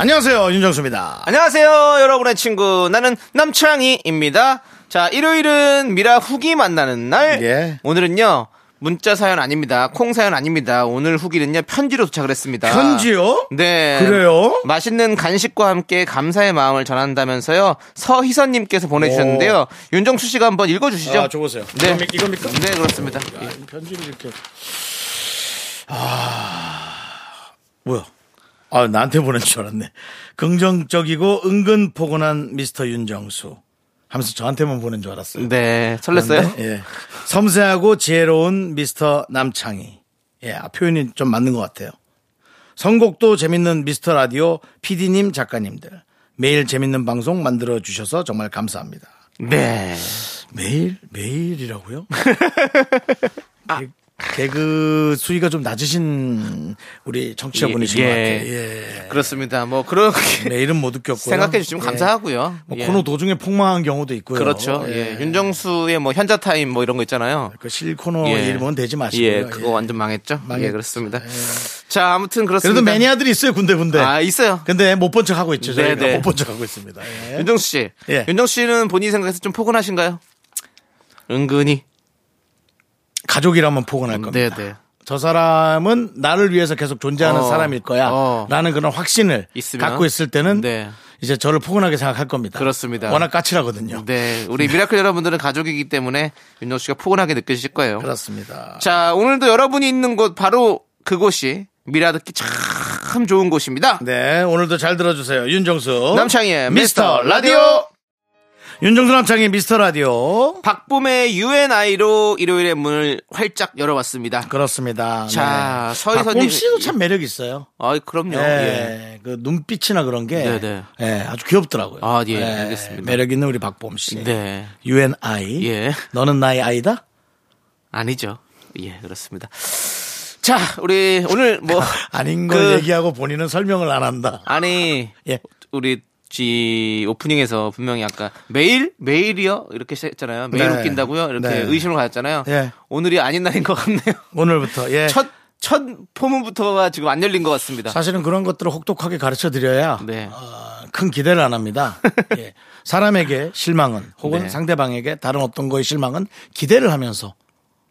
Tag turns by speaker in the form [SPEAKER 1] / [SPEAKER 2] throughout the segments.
[SPEAKER 1] 안녕하세요 윤정수입니다.
[SPEAKER 2] 안녕하세요, 여러분의 친구. 나는 남창희입니다. 자, 일요일은 미라 후기 만나는 날.
[SPEAKER 1] 예.
[SPEAKER 2] 오늘은요, 문자 사연 아닙니다. 콩 사연 아닙니다. 오늘 후기는요, 편지로 도착을 했습니다.
[SPEAKER 1] 편지요?
[SPEAKER 2] 네.
[SPEAKER 1] 그래요?
[SPEAKER 2] 맛있는 간식과 함께 감사의 마음을 전한다면서요, 서희선님께서 보내주셨는데요. 윤정수 씨가 한번 읽어주시죠.
[SPEAKER 1] 아, 줘보세요.
[SPEAKER 2] 네.
[SPEAKER 1] 이겁니- 이겁니까?
[SPEAKER 2] 네, 그렇습니다. 예.
[SPEAKER 1] 편지를 이렇게 아 뭐야? 아 나한테 보낸 줄 알았네. 긍정적이고 은근 포근한 미스터 윤정수 하면서 저한테만 보낸 줄 알았어요.
[SPEAKER 2] 네, 설렜어요?
[SPEAKER 1] 그런데, 예. 섬세하고 지혜로운 미스터 남창희. 예, 아, 표현이 좀 맞는 것 같아요. 선곡도 재밌는 미스터 라디오 PD님 작가님들. 매일 재밌는 방송 만들어 주셔서 정말 감사합니다.
[SPEAKER 2] 네.
[SPEAKER 1] 매일 매일이라고요? 개- 개그 수위가 좀 낮으신 우리 청취자분이신
[SPEAKER 2] 예,
[SPEAKER 1] 것
[SPEAKER 2] 예.
[SPEAKER 1] 같아요. 예.
[SPEAKER 2] 그렇습니다. 뭐, 그렇게
[SPEAKER 1] 매일은 못 웃겼고요.
[SPEAKER 2] 생각해 주시면
[SPEAKER 1] 예.
[SPEAKER 2] 감사하고요.
[SPEAKER 1] 뭐
[SPEAKER 2] 예.
[SPEAKER 1] 코너 도중에 폭망한 경우도 있고요.
[SPEAKER 2] 그렇죠. 예. 윤정수의 뭐 현자 타임 뭐 이런 거 있잖아요.
[SPEAKER 1] 그 실코너
[SPEAKER 2] 예.
[SPEAKER 1] 일본 되지 마시고요.
[SPEAKER 2] 예, 그거
[SPEAKER 1] 예.
[SPEAKER 2] 완전 망했죠.
[SPEAKER 1] 망했죠.
[SPEAKER 2] 예, 그렇습니다. 자, 아무튼 그렇습니다.
[SPEAKER 1] 그래도 매니아들이 있어요 군데군데.
[SPEAKER 2] 아, 있어요.
[SPEAKER 1] 근데 못 본 척 하고 있죠.
[SPEAKER 2] 네,
[SPEAKER 1] 저희가
[SPEAKER 2] 네.
[SPEAKER 1] 못 본 척 하고 있습니다. 예.
[SPEAKER 2] 윤정수 씨.
[SPEAKER 1] 예.
[SPEAKER 2] 윤정수 씨는 본인 생각에서 좀 포근하신가요? 은근히.
[SPEAKER 1] 가족이라면 포근할 겁니다.
[SPEAKER 2] 네, 네.
[SPEAKER 1] 저 사람은 나를 위해서 계속 존재하는
[SPEAKER 2] 어,
[SPEAKER 1] 사람일 거야.
[SPEAKER 2] 어.
[SPEAKER 1] 라는 그런 확신을
[SPEAKER 2] 있으면?
[SPEAKER 1] 갖고 있을 때는
[SPEAKER 2] 네.
[SPEAKER 1] 이제 저를 포근하게 생각할 겁니다.
[SPEAKER 2] 그렇습니다.
[SPEAKER 1] 워낙 까칠하거든요.
[SPEAKER 2] 네. 우리 미라클 여러분들은 가족이기 때문에 윤정수 씨가 포근하게 느껴지실 거예요.
[SPEAKER 1] 그렇습니다.
[SPEAKER 2] 자, 오늘도 여러분이 있는 곳 바로 그곳이 미라 듣기 참 좋은 곳입니다.
[SPEAKER 1] 네, 오늘도 잘 들어주세요. 윤정수.
[SPEAKER 2] 남창희의 미스터 라디오.
[SPEAKER 1] 윤정수 남창희 미스터 라디오.
[SPEAKER 2] 박봄의 UNI로 일요일에 문을 활짝 열어봤습니다.
[SPEAKER 1] 그렇습니다.
[SPEAKER 2] 자,
[SPEAKER 1] 네.
[SPEAKER 2] 서희선님.
[SPEAKER 1] 박범 씨도 참 매력 있어요.
[SPEAKER 2] 아이, 그럼요. 예.
[SPEAKER 1] 예, 그 눈빛이나 그런 게
[SPEAKER 2] 네, 네.
[SPEAKER 1] 예, 아주 귀엽더라고요.
[SPEAKER 2] 아, 예, 알겠습니다.
[SPEAKER 1] 매력 있는 우리 박보험 씨.
[SPEAKER 2] 네.
[SPEAKER 1] UNI.
[SPEAKER 2] 예.
[SPEAKER 1] 너는 나의 아이다?
[SPEAKER 2] 아니죠. 예, 그렇습니다. 자, 우리 오늘 뭐
[SPEAKER 1] 아닌 걸
[SPEAKER 2] 그-
[SPEAKER 1] 얘기하고 본인은 설명을 안 한다.
[SPEAKER 2] 아니
[SPEAKER 1] 예.
[SPEAKER 2] 우리 지 오프닝에서 분명히 아까 매일 매일이요 이렇게 했잖아요. 매일
[SPEAKER 1] 네.
[SPEAKER 2] 웃긴다고요. 이렇게
[SPEAKER 1] 네.
[SPEAKER 2] 의심을 가졌잖아요.
[SPEAKER 1] 예.
[SPEAKER 2] 오늘이 아닌 날인 것 같네요.
[SPEAKER 1] 오늘부터 예.
[SPEAKER 2] 첫 첫 포문부터가 지금 안 열린 것 같습니다.
[SPEAKER 1] 사실은 그런 것들을 혹독하게 가르쳐 드려야
[SPEAKER 2] 네.
[SPEAKER 1] 어, 큰 기대를 안 합니다. 예. 사람에게 실망은 혹은
[SPEAKER 2] 네.
[SPEAKER 1] 상대방에게 다른 어떤 거의 실망은 기대를 하면서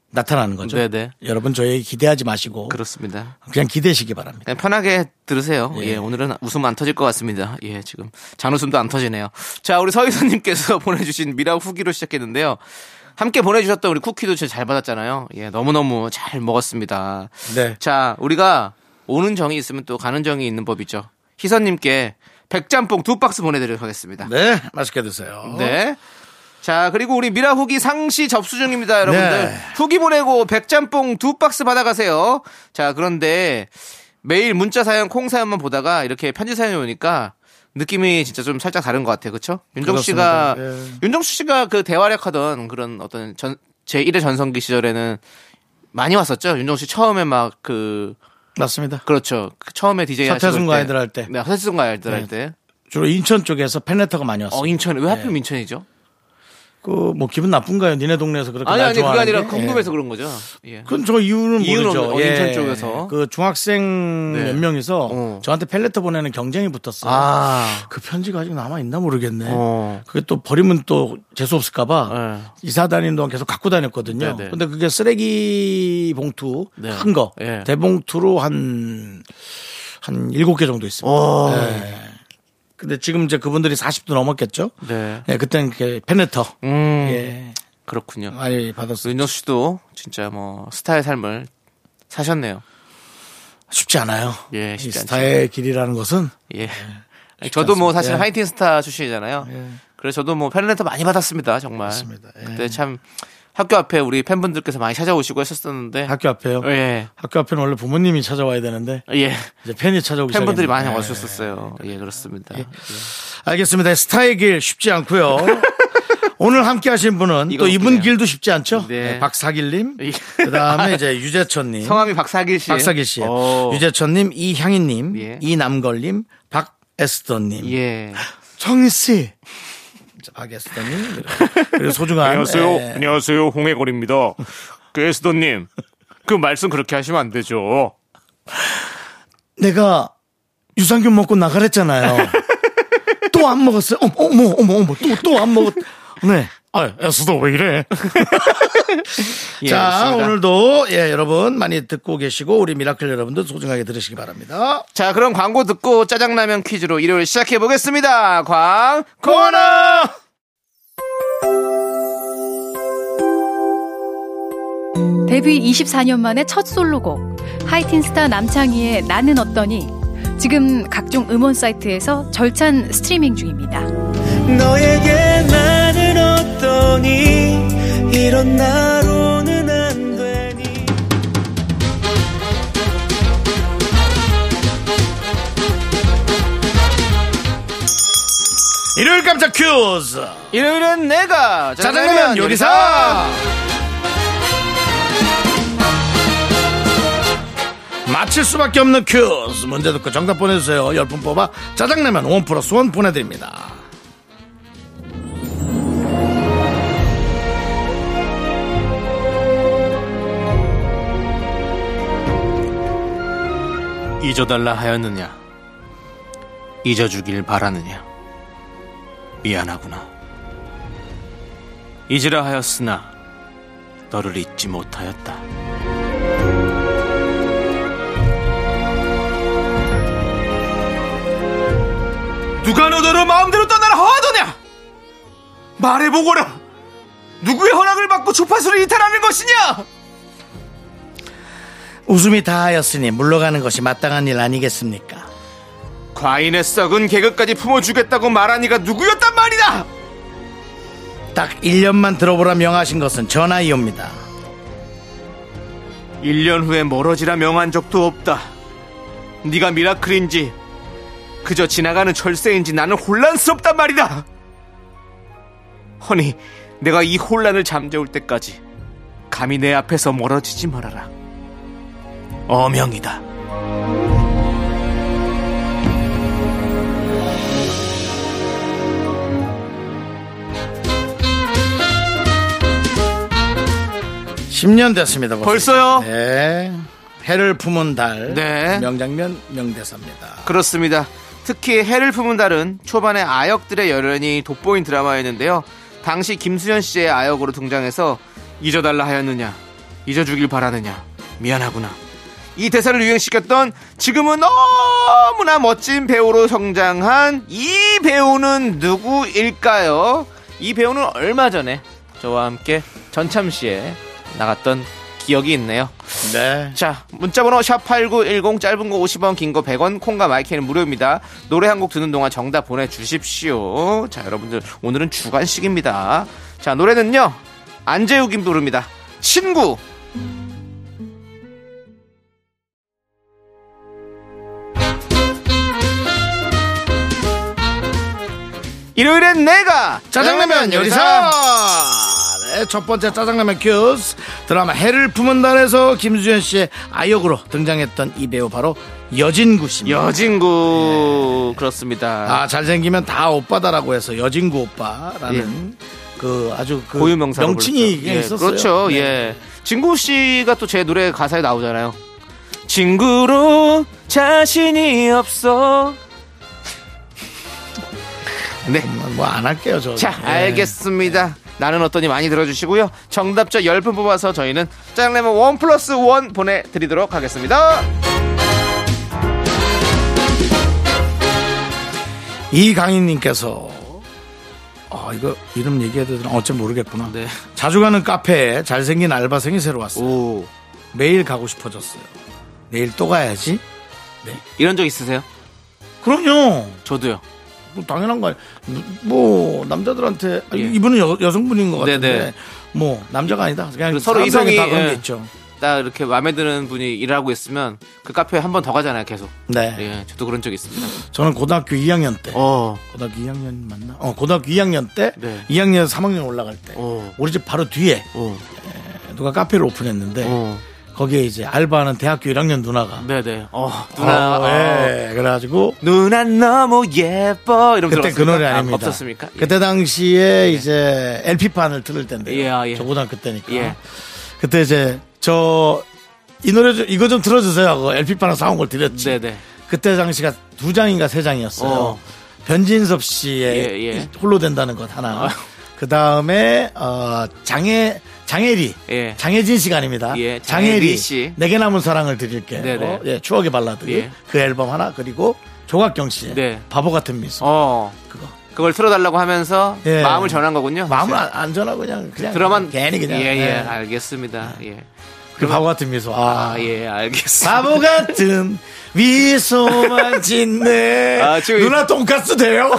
[SPEAKER 1] 나타나는 거죠.
[SPEAKER 2] 네, 네.
[SPEAKER 1] 여러분 저에게 기대하지 마시고
[SPEAKER 2] 그렇습니다.
[SPEAKER 1] 그냥 기대시기 바랍니다.
[SPEAKER 2] 그냥 네, 편하게 들으세요.
[SPEAKER 1] 예.
[SPEAKER 2] 예. 오늘은 웃음 안 터질 것 같습니다. 예, 지금 잔웃음도 안 터지네요. 자, 우리 서희선님께서 보내주신 미라 후기로 시작했는데요. 함께 보내주셨던 우리 쿠키도 진짜 잘 받았잖아요. 예, 너무너무 잘 먹었습니다.
[SPEAKER 1] 네.
[SPEAKER 2] 자, 우리가 오는 정이 있으면 또 가는 정이 있는 법이죠. 희선님께 백짬뽕 두 박스 보내드리도록 하겠습니다.
[SPEAKER 1] 네, 맛있게 드세요.
[SPEAKER 2] 네. 자, 그리고 우리 미라 후기 상시 접수 중입니다, 여러분들.
[SPEAKER 1] 네.
[SPEAKER 2] 후기 보내고 백짬뽕 두 박스 받아가세요. 자, 그런데 매일 문자 사연, 콩 사연만 보다가 이렇게 편지 사연이 오니까 느낌이 진짜 좀 살짝 다른 것 같아요. 그쵸? 윤정 씨가,
[SPEAKER 1] 그렇습니다. 네.
[SPEAKER 2] 윤정수 씨가 그 대활약 하던 그런 어떤 전, 제 1의 전성기 시절에는 많이 왔었죠. 윤정 씨 처음에 막 그
[SPEAKER 1] 맞습니다.
[SPEAKER 2] 그렇죠. 그 처음에 DJ 하실
[SPEAKER 1] 서태순과
[SPEAKER 2] 때.
[SPEAKER 1] 아이들 할 때.
[SPEAKER 2] 네, 서태순과 아이들
[SPEAKER 1] 네.
[SPEAKER 2] 할 때.
[SPEAKER 1] 주로 인천 쪽에서 팬레터가 많이 왔어요.
[SPEAKER 2] 어, 인천. 왜
[SPEAKER 1] 네.
[SPEAKER 2] 하필 인천이죠?
[SPEAKER 1] 그 뭐 기분 나쁜가요? 니네 동네에서 그렇게
[SPEAKER 2] 아니
[SPEAKER 1] 날
[SPEAKER 2] 아니 그게
[SPEAKER 1] 좋아하는
[SPEAKER 2] 아니라
[SPEAKER 1] 게? 예.
[SPEAKER 2] 궁금해서 그런 거죠. 예.
[SPEAKER 1] 그건 저 이유는
[SPEAKER 2] 이유는
[SPEAKER 1] 모르죠. 예.
[SPEAKER 2] 없는- 어, 인천 쪽에서.
[SPEAKER 1] 그 중학생
[SPEAKER 2] 네.
[SPEAKER 1] 몇 명이서
[SPEAKER 2] 어.
[SPEAKER 1] 저한테 팬레터 보내는 경쟁이 붙었어요.
[SPEAKER 2] 아.
[SPEAKER 1] 그 편지가 아직 남아 있나 모르겠네.
[SPEAKER 2] 어.
[SPEAKER 1] 그게 또 버리면 또 재수 없을까봐
[SPEAKER 2] 네.
[SPEAKER 1] 이사 다니는 동안 계속 갖고 다녔거든요.
[SPEAKER 2] 네, 네.
[SPEAKER 1] 근데 그게 쓰레기 봉투
[SPEAKER 2] 네.
[SPEAKER 1] 큰 거,
[SPEAKER 2] 예.
[SPEAKER 1] 대봉투로 한, 한 일곱 개 정도 있습니다.
[SPEAKER 2] 어.
[SPEAKER 1] 예. 근데 지금 이제 그분들이 40도 넘었겠죠?
[SPEAKER 2] 네.
[SPEAKER 1] 예, 그때는 그 팬레터.
[SPEAKER 2] 음.
[SPEAKER 1] 예.
[SPEAKER 2] 그렇군요.
[SPEAKER 1] 많이 받았어요.
[SPEAKER 2] 윤정 씨도 진짜 뭐 스타의 삶을 사셨네요.
[SPEAKER 1] 쉽지 않아요.
[SPEAKER 2] 예,
[SPEAKER 1] 이
[SPEAKER 2] 쉽지 않죠.
[SPEAKER 1] 스타의 길이라는 것은
[SPEAKER 2] 예. 아니, 저도 뭐 사실
[SPEAKER 1] 예.
[SPEAKER 2] 하이틴 스타 출신이잖아요. 그래서 저도 뭐 팬레터 많이 받았습니다. 정말.
[SPEAKER 1] 맞습니다. 예.
[SPEAKER 2] 그때 참 학교 앞에 우리 팬분들께서 많이 찾아오시고 했었었는데
[SPEAKER 1] 학교 앞에요.
[SPEAKER 2] 예.
[SPEAKER 1] 학교 앞에는 원래 부모님이 찾아와야 되는데
[SPEAKER 2] 예.
[SPEAKER 1] 이제 팬이 찾아오기
[SPEAKER 2] 팬분들이
[SPEAKER 1] 시작했네요.
[SPEAKER 2] 많이
[SPEAKER 1] 예.
[SPEAKER 2] 오셨었어요. 예, 그렇습니다.
[SPEAKER 1] 알겠습니다. 스타의 길 쉽지 않고요. 오늘 함께 하신 분은
[SPEAKER 2] 이거
[SPEAKER 1] 또 이분
[SPEAKER 2] 웃기네요.
[SPEAKER 1] 길도 쉽지 않죠?
[SPEAKER 2] 네.
[SPEAKER 1] 네, 박사길님,
[SPEAKER 2] 예.
[SPEAKER 1] 그다음에 이제 유재천님,
[SPEAKER 2] 성함이 박사길 씨.
[SPEAKER 1] 박사길 씨, 어. 유재천님, 이향희님,
[SPEAKER 2] 예.
[SPEAKER 1] 이남걸님, 박에스더님,
[SPEAKER 2] 예.
[SPEAKER 1] 정희 씨, 자, 박에스더님 그리고 소중한
[SPEAKER 3] 안녕하세요.
[SPEAKER 1] 예,
[SPEAKER 3] 안녕하세요. 홍해골입니다. 그 에스더님, 그 말씀 그렇게 하시면 안 되죠.
[SPEAKER 1] 내가 유산균 먹고 나가랬잖아요. 또 안 먹었어요. 어머, 어머, 어머, 어머, 또, 또 안 먹었, 네.
[SPEAKER 3] 아, 에스더 왜 이래?
[SPEAKER 2] 예,
[SPEAKER 1] 자,
[SPEAKER 2] 그렇습니다.
[SPEAKER 1] 오늘도, 예, 여러분 많이 듣고 계시고, 우리 미라클 여러분들 소중하게 들으시기 바랍니다.
[SPEAKER 2] 자, 그럼 광고 듣고 짜장라면 퀴즈로 일요일 시작해 보겠습니다. 광고나
[SPEAKER 1] 아!
[SPEAKER 4] 데뷔 24년 만에 첫 솔로곡 하이틴스타 남창희의 나는 어떠니 지금 각종 음원 사이트에서 절찬 스트리밍 중입니다.
[SPEAKER 5] 너에게 나는 어떠니 이런 나로는 안 되니
[SPEAKER 1] 일요일 깜짝 퀴즈!
[SPEAKER 2] 일요일은 내가
[SPEAKER 1] 짜장라면 요리사! 맞힐 수밖에 없는 퀴즈! 문제 듣고 정답 보내주세요. 열분 뽑아 짜장라면 원 플러스 원 보내드립니다.
[SPEAKER 2] 잊어달라 하였느냐? 잊어주길 바라느냐? 미안하구나. 잊으라 하였으나 너를 잊지 못하였다.
[SPEAKER 3] 누가 너더러 마음대로 떠나라 허하더냐? 말해보거라. 누구의 허락을 받고 주파수를 이탈하는 것이냐?
[SPEAKER 1] 웃음이 다하였으니 물러가는 것이 마땅한 일 아니겠습니까?
[SPEAKER 2] 과인의 썩은 개그까지 품어주겠다고 말하니가 누구였단 말이다!
[SPEAKER 1] 딱 1년만 들어보라 명하신 것은 전하이옵니다.
[SPEAKER 2] 1년 후에 멀어지라 명한 적도 없다. 네가 미라클인지 그저 지나가는 철새인지 나는 혼란스럽단 말이다. 허니 내가 이 혼란을 잠재울 때까지 감히 내 앞에서 멀어지지 말아라. 어명이다.
[SPEAKER 1] 십 년 됐습니다. 벌써.
[SPEAKER 2] 벌써요?
[SPEAKER 1] 네. 해를 품은 달.
[SPEAKER 2] 어. 네.
[SPEAKER 1] 명장면 명대사입니다.
[SPEAKER 2] 그렇습니다. 특히 해를 품은 달은 초반에 아역들의 열연이 돋보인 드라마였는데요. 당시 김수현 씨의 아역으로 등장해서 잊어달라 하였느냐, 잊어주길 바라느냐, 미안하구나. 이 대사를 유행시켰던 지금은 너무나 멋진 배우로 성장한 이 배우는 누구일까요? 이 배우는 얼마 전에 저와 함께 전참 씨에 나갔던 기억이 있네요.
[SPEAKER 1] 네.
[SPEAKER 2] 자 문자번호 샵8910 짧은 거 50원 긴 거 100원 콩과 마이크는 무료입니다 노래 한 곡 듣는 동안 정답 보내주십시오 자 여러분들 오늘은 주간식입니다 자 노래는요 안재욱이 부릅니다 친구 일요일엔 내가
[SPEAKER 1] 짜장라면 요리사. 네, 첫 번째 짜장라면 큐스 드라마 해를 품은 달에서 김수현 씨의 아역으로 등장했던 이 배우 바로 여진구 씨입니다.
[SPEAKER 2] 여진구 그렇습니다
[SPEAKER 1] 아 잘생기면 다 오빠다라고 해서 여진구 오빠라는 그 아주 그
[SPEAKER 2] 예. 고유 명사
[SPEAKER 1] 명칭이 있었어요.
[SPEAKER 2] 그렇죠.
[SPEAKER 1] 네.
[SPEAKER 2] 예. 진구 씨가 또 제 노래 가사에 나오잖아요. 진구로 자신이 없어. 네.
[SPEAKER 1] 뭐 안 할게요 저.
[SPEAKER 2] 자,
[SPEAKER 1] 네.
[SPEAKER 2] 알겠습니다. 나는 어떠니 많이 들어주시고요. 정답자 10분 뽑아서 저희는 짜장라면 원 플러스 원 보내드리도록 하겠습니다.
[SPEAKER 1] 이강인님께서 아 이거 이름 얘기해도 되나 어째 모르겠구나.
[SPEAKER 2] 네.
[SPEAKER 1] 자주 가는 카페에 잘생긴 알바생이 새로 왔어요.
[SPEAKER 2] 오.
[SPEAKER 1] 매일 가고 싶어졌어요. 내일 또 가야지.
[SPEAKER 2] 이런 적 있으세요?
[SPEAKER 1] 그럼요.
[SPEAKER 2] 저도요.
[SPEAKER 1] 당연한 거 아니. 뭐 남자들한테 아니, 이분은 여, 여성분인 것 같은데
[SPEAKER 2] 예. 네네.
[SPEAKER 1] 뭐 남자가 아니다. 그냥 사람들에게
[SPEAKER 2] 서로 이성이,
[SPEAKER 1] 다 그런 게
[SPEAKER 2] 예.
[SPEAKER 1] 있죠.
[SPEAKER 2] 딱 이렇게 마음에 드는 분이 일하고 있으면 그 카페에 한 번 더 가잖아요, 계속.
[SPEAKER 1] 네.
[SPEAKER 2] 예, 저도 그런 적 있습니다.
[SPEAKER 1] 저는 고등학교 2학년 때
[SPEAKER 2] 어,
[SPEAKER 1] 고등학교 2학년 맞나? 어 고등학교 2학년 때
[SPEAKER 2] 네.
[SPEAKER 1] 2학년에서 3학년 올라갈 때
[SPEAKER 2] 어.
[SPEAKER 1] 우리 집 바로 뒤에
[SPEAKER 2] 어,
[SPEAKER 1] 누가 카페를 오픈했는데
[SPEAKER 2] 어.
[SPEAKER 1] 거기에 이제 알바하는 대학교 1학년 누나가
[SPEAKER 2] 네네. 어, 누나. 아.
[SPEAKER 1] 어, 예. 그래가지고
[SPEAKER 2] 누나 너무 예뻐. 이러면서.
[SPEAKER 1] 그때 그 노래 아닙니다.
[SPEAKER 2] 없었습니까? 예.
[SPEAKER 1] 그때 당시에 이제 LP판을 틀을 텐데.
[SPEAKER 2] 예, 예.
[SPEAKER 1] 저 고등학교 때니까.
[SPEAKER 2] 예.
[SPEAKER 1] 그때 이제 저 이 노래 좀 이거 좀 틀어주세요 하고 LP판을 사온 걸 드렸지.
[SPEAKER 2] 네네.
[SPEAKER 1] 그때 당시가 두 장인가 세 장이었어요.
[SPEAKER 2] 어.
[SPEAKER 1] 변진섭 씨의
[SPEAKER 2] 예, 아. 예.
[SPEAKER 1] 홀로 된다는 것 하나. 그 다음에 어, 장애 장애리.
[SPEAKER 2] 예.
[SPEAKER 1] 장혜진 씨가 아닙니다.
[SPEAKER 2] 예, 장혜리
[SPEAKER 1] 장애리
[SPEAKER 2] 씨.
[SPEAKER 1] 내게 남은 사랑을 드릴게.
[SPEAKER 2] 네네.
[SPEAKER 1] 어, 예, 추억의 발라드.
[SPEAKER 2] 예.
[SPEAKER 1] 그 앨범 하나 그리고 조각경 씨의
[SPEAKER 2] 네.
[SPEAKER 1] 바보 같은 미소.
[SPEAKER 2] 어.
[SPEAKER 1] 그거.
[SPEAKER 2] 그걸 틀어달라고 하면서
[SPEAKER 1] 예.
[SPEAKER 2] 마음을 전한 거군요.
[SPEAKER 1] 마음을 안, 안 전하고 그냥 그냥
[SPEAKER 2] 드라만
[SPEAKER 1] 괜히 그냥
[SPEAKER 2] 예, 예,
[SPEAKER 1] 네.
[SPEAKER 2] 알겠습니다. 예.
[SPEAKER 1] 그 바보 같은 미소 아,
[SPEAKER 2] 아, 예, 알겠습니다.
[SPEAKER 1] 바보 같은 미소만 짓네
[SPEAKER 2] 아, 지금
[SPEAKER 1] 누나 돈가스 돼요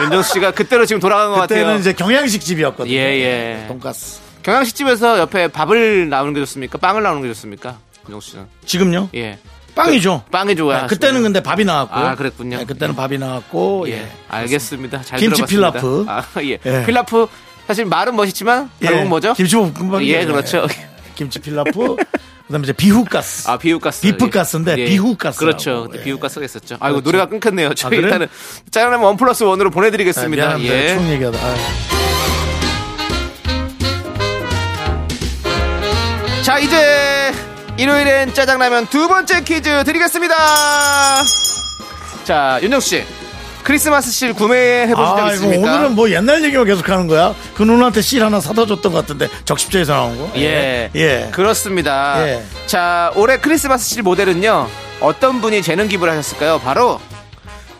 [SPEAKER 2] 윤정수 씨가 그때로 지금 돌아간 것
[SPEAKER 1] 그때는
[SPEAKER 2] 같아요.
[SPEAKER 1] 이제 경양식 집이었거든요 네,
[SPEAKER 2] 예, 예.
[SPEAKER 1] 돈가스
[SPEAKER 2] 경양식집에서 옆에 밥을 나오는 게 좋습니까? 빵을 나오는 게 좋습니까? 윤정수 씨는.
[SPEAKER 1] 지금요
[SPEAKER 2] 예.
[SPEAKER 1] 빵이죠
[SPEAKER 2] 빵이 좋아요.
[SPEAKER 1] 네, 그때는 근데 밥이 나왔고
[SPEAKER 2] 아, 그랬군요.
[SPEAKER 1] 네, 그때는 밥이 나왔고
[SPEAKER 2] 예.
[SPEAKER 1] 예.
[SPEAKER 2] 알겠습니다. 잘
[SPEAKER 1] 김치
[SPEAKER 2] 들어봤습니다.
[SPEAKER 1] 필라프.
[SPEAKER 2] 아, 예.
[SPEAKER 1] 예.
[SPEAKER 2] 필라프 사실 말은 멋있지만 결국
[SPEAKER 1] 예,
[SPEAKER 2] 뭐죠?
[SPEAKER 1] 김치볶음밥
[SPEAKER 2] 예, 그렇죠.
[SPEAKER 1] 김치 필라프 그다음에 이제 비후가스
[SPEAKER 2] 아, 비우가스. 예,
[SPEAKER 1] 비프가스인데 비후가스라고.
[SPEAKER 2] 그렇죠.
[SPEAKER 1] 예.
[SPEAKER 2] 비우가스가 있었죠. 아이고,
[SPEAKER 1] 그렇죠.
[SPEAKER 2] 노래가 끊겼네요. 저희
[SPEAKER 1] 그래요?
[SPEAKER 2] 일단은 짜장라면 원 플러스 원으로
[SPEAKER 1] 아,
[SPEAKER 2] 보내드리겠습니다.
[SPEAKER 1] 미안합니다
[SPEAKER 2] 예.
[SPEAKER 1] 총 얘기하다 아.
[SPEAKER 2] 자 이제 일요일엔 짜장라면 두 번째 퀴즈 드리겠습니다 자 윤정씨 크리스마스 실 구매해보신 적
[SPEAKER 1] 아, 이거
[SPEAKER 2] 있습니까?
[SPEAKER 1] 오늘은 뭐 옛날 얘기만 계속 하는 거야? 그 누나한테 실 하나 사다 줬던 것 같은데 적십자에서 나온 거?
[SPEAKER 2] 예,
[SPEAKER 1] 예.
[SPEAKER 2] 그렇습니다
[SPEAKER 1] 예.
[SPEAKER 2] 자 올해 크리스마스 실 모델은요 어떤 분이 재능 기부를 하셨을까요? 바로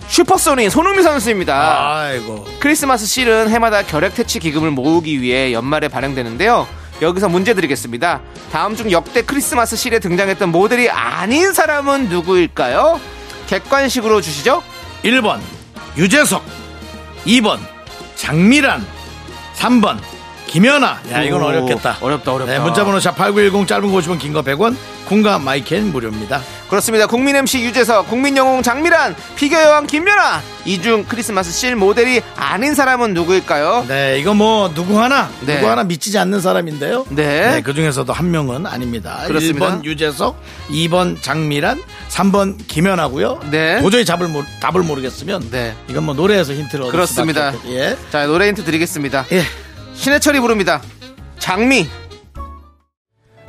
[SPEAKER 2] 슈퍼소닉 손흥민 선수입니다
[SPEAKER 1] 아이고.
[SPEAKER 2] 크리스마스 실은 해마다 결핵 퇴치 기금을 모으기 위해 연말에 발행되는데요. 여기서 문제 드리겠습니다. 다음 중 역대 크리스마스 실에 등장했던 모델이 아닌 사람은 누구일까요? 객관식으로 주시죠.
[SPEAKER 1] 1번, 유재석. 2번, 장미란. 3번, 김연아. 야, 이건
[SPEAKER 2] 오,
[SPEAKER 1] 어렵겠다.
[SPEAKER 2] 어렵다, 어렵다.
[SPEAKER 1] 네, 문자번호 샵8910 짧은 거 50원, 긴 거 100원. 콩과 마이켄 무료입니다.
[SPEAKER 2] 그렇습니다. 국민 MC 유재석, 국민 영웅 장미란, 피겨 여왕 김연아. 이 중 크리스마스 실 모델이 아닌 사람은 누구일까요?
[SPEAKER 1] 네, 이거 뭐 누구 하나,
[SPEAKER 2] 네.
[SPEAKER 1] 누구 하나 미치지 않는 사람인데요.
[SPEAKER 2] 네.
[SPEAKER 1] 그 중에서도 한 명은 아닙니다.
[SPEAKER 2] 그렇습니다.
[SPEAKER 1] 1번 유재석, 2번 장미란, 3번 김연아고요.
[SPEAKER 2] 네.
[SPEAKER 1] 도저히 잡을 모르, 답을 모르겠으면
[SPEAKER 2] 네.
[SPEAKER 1] 이건 뭐 노래에서 힌트를 얻을
[SPEAKER 2] 그렇습니다.
[SPEAKER 1] 수밖에 없- 예.
[SPEAKER 2] 자 노래 힌트 드리겠습니다.
[SPEAKER 1] 예.
[SPEAKER 2] 신해철이 부릅니다. 장미.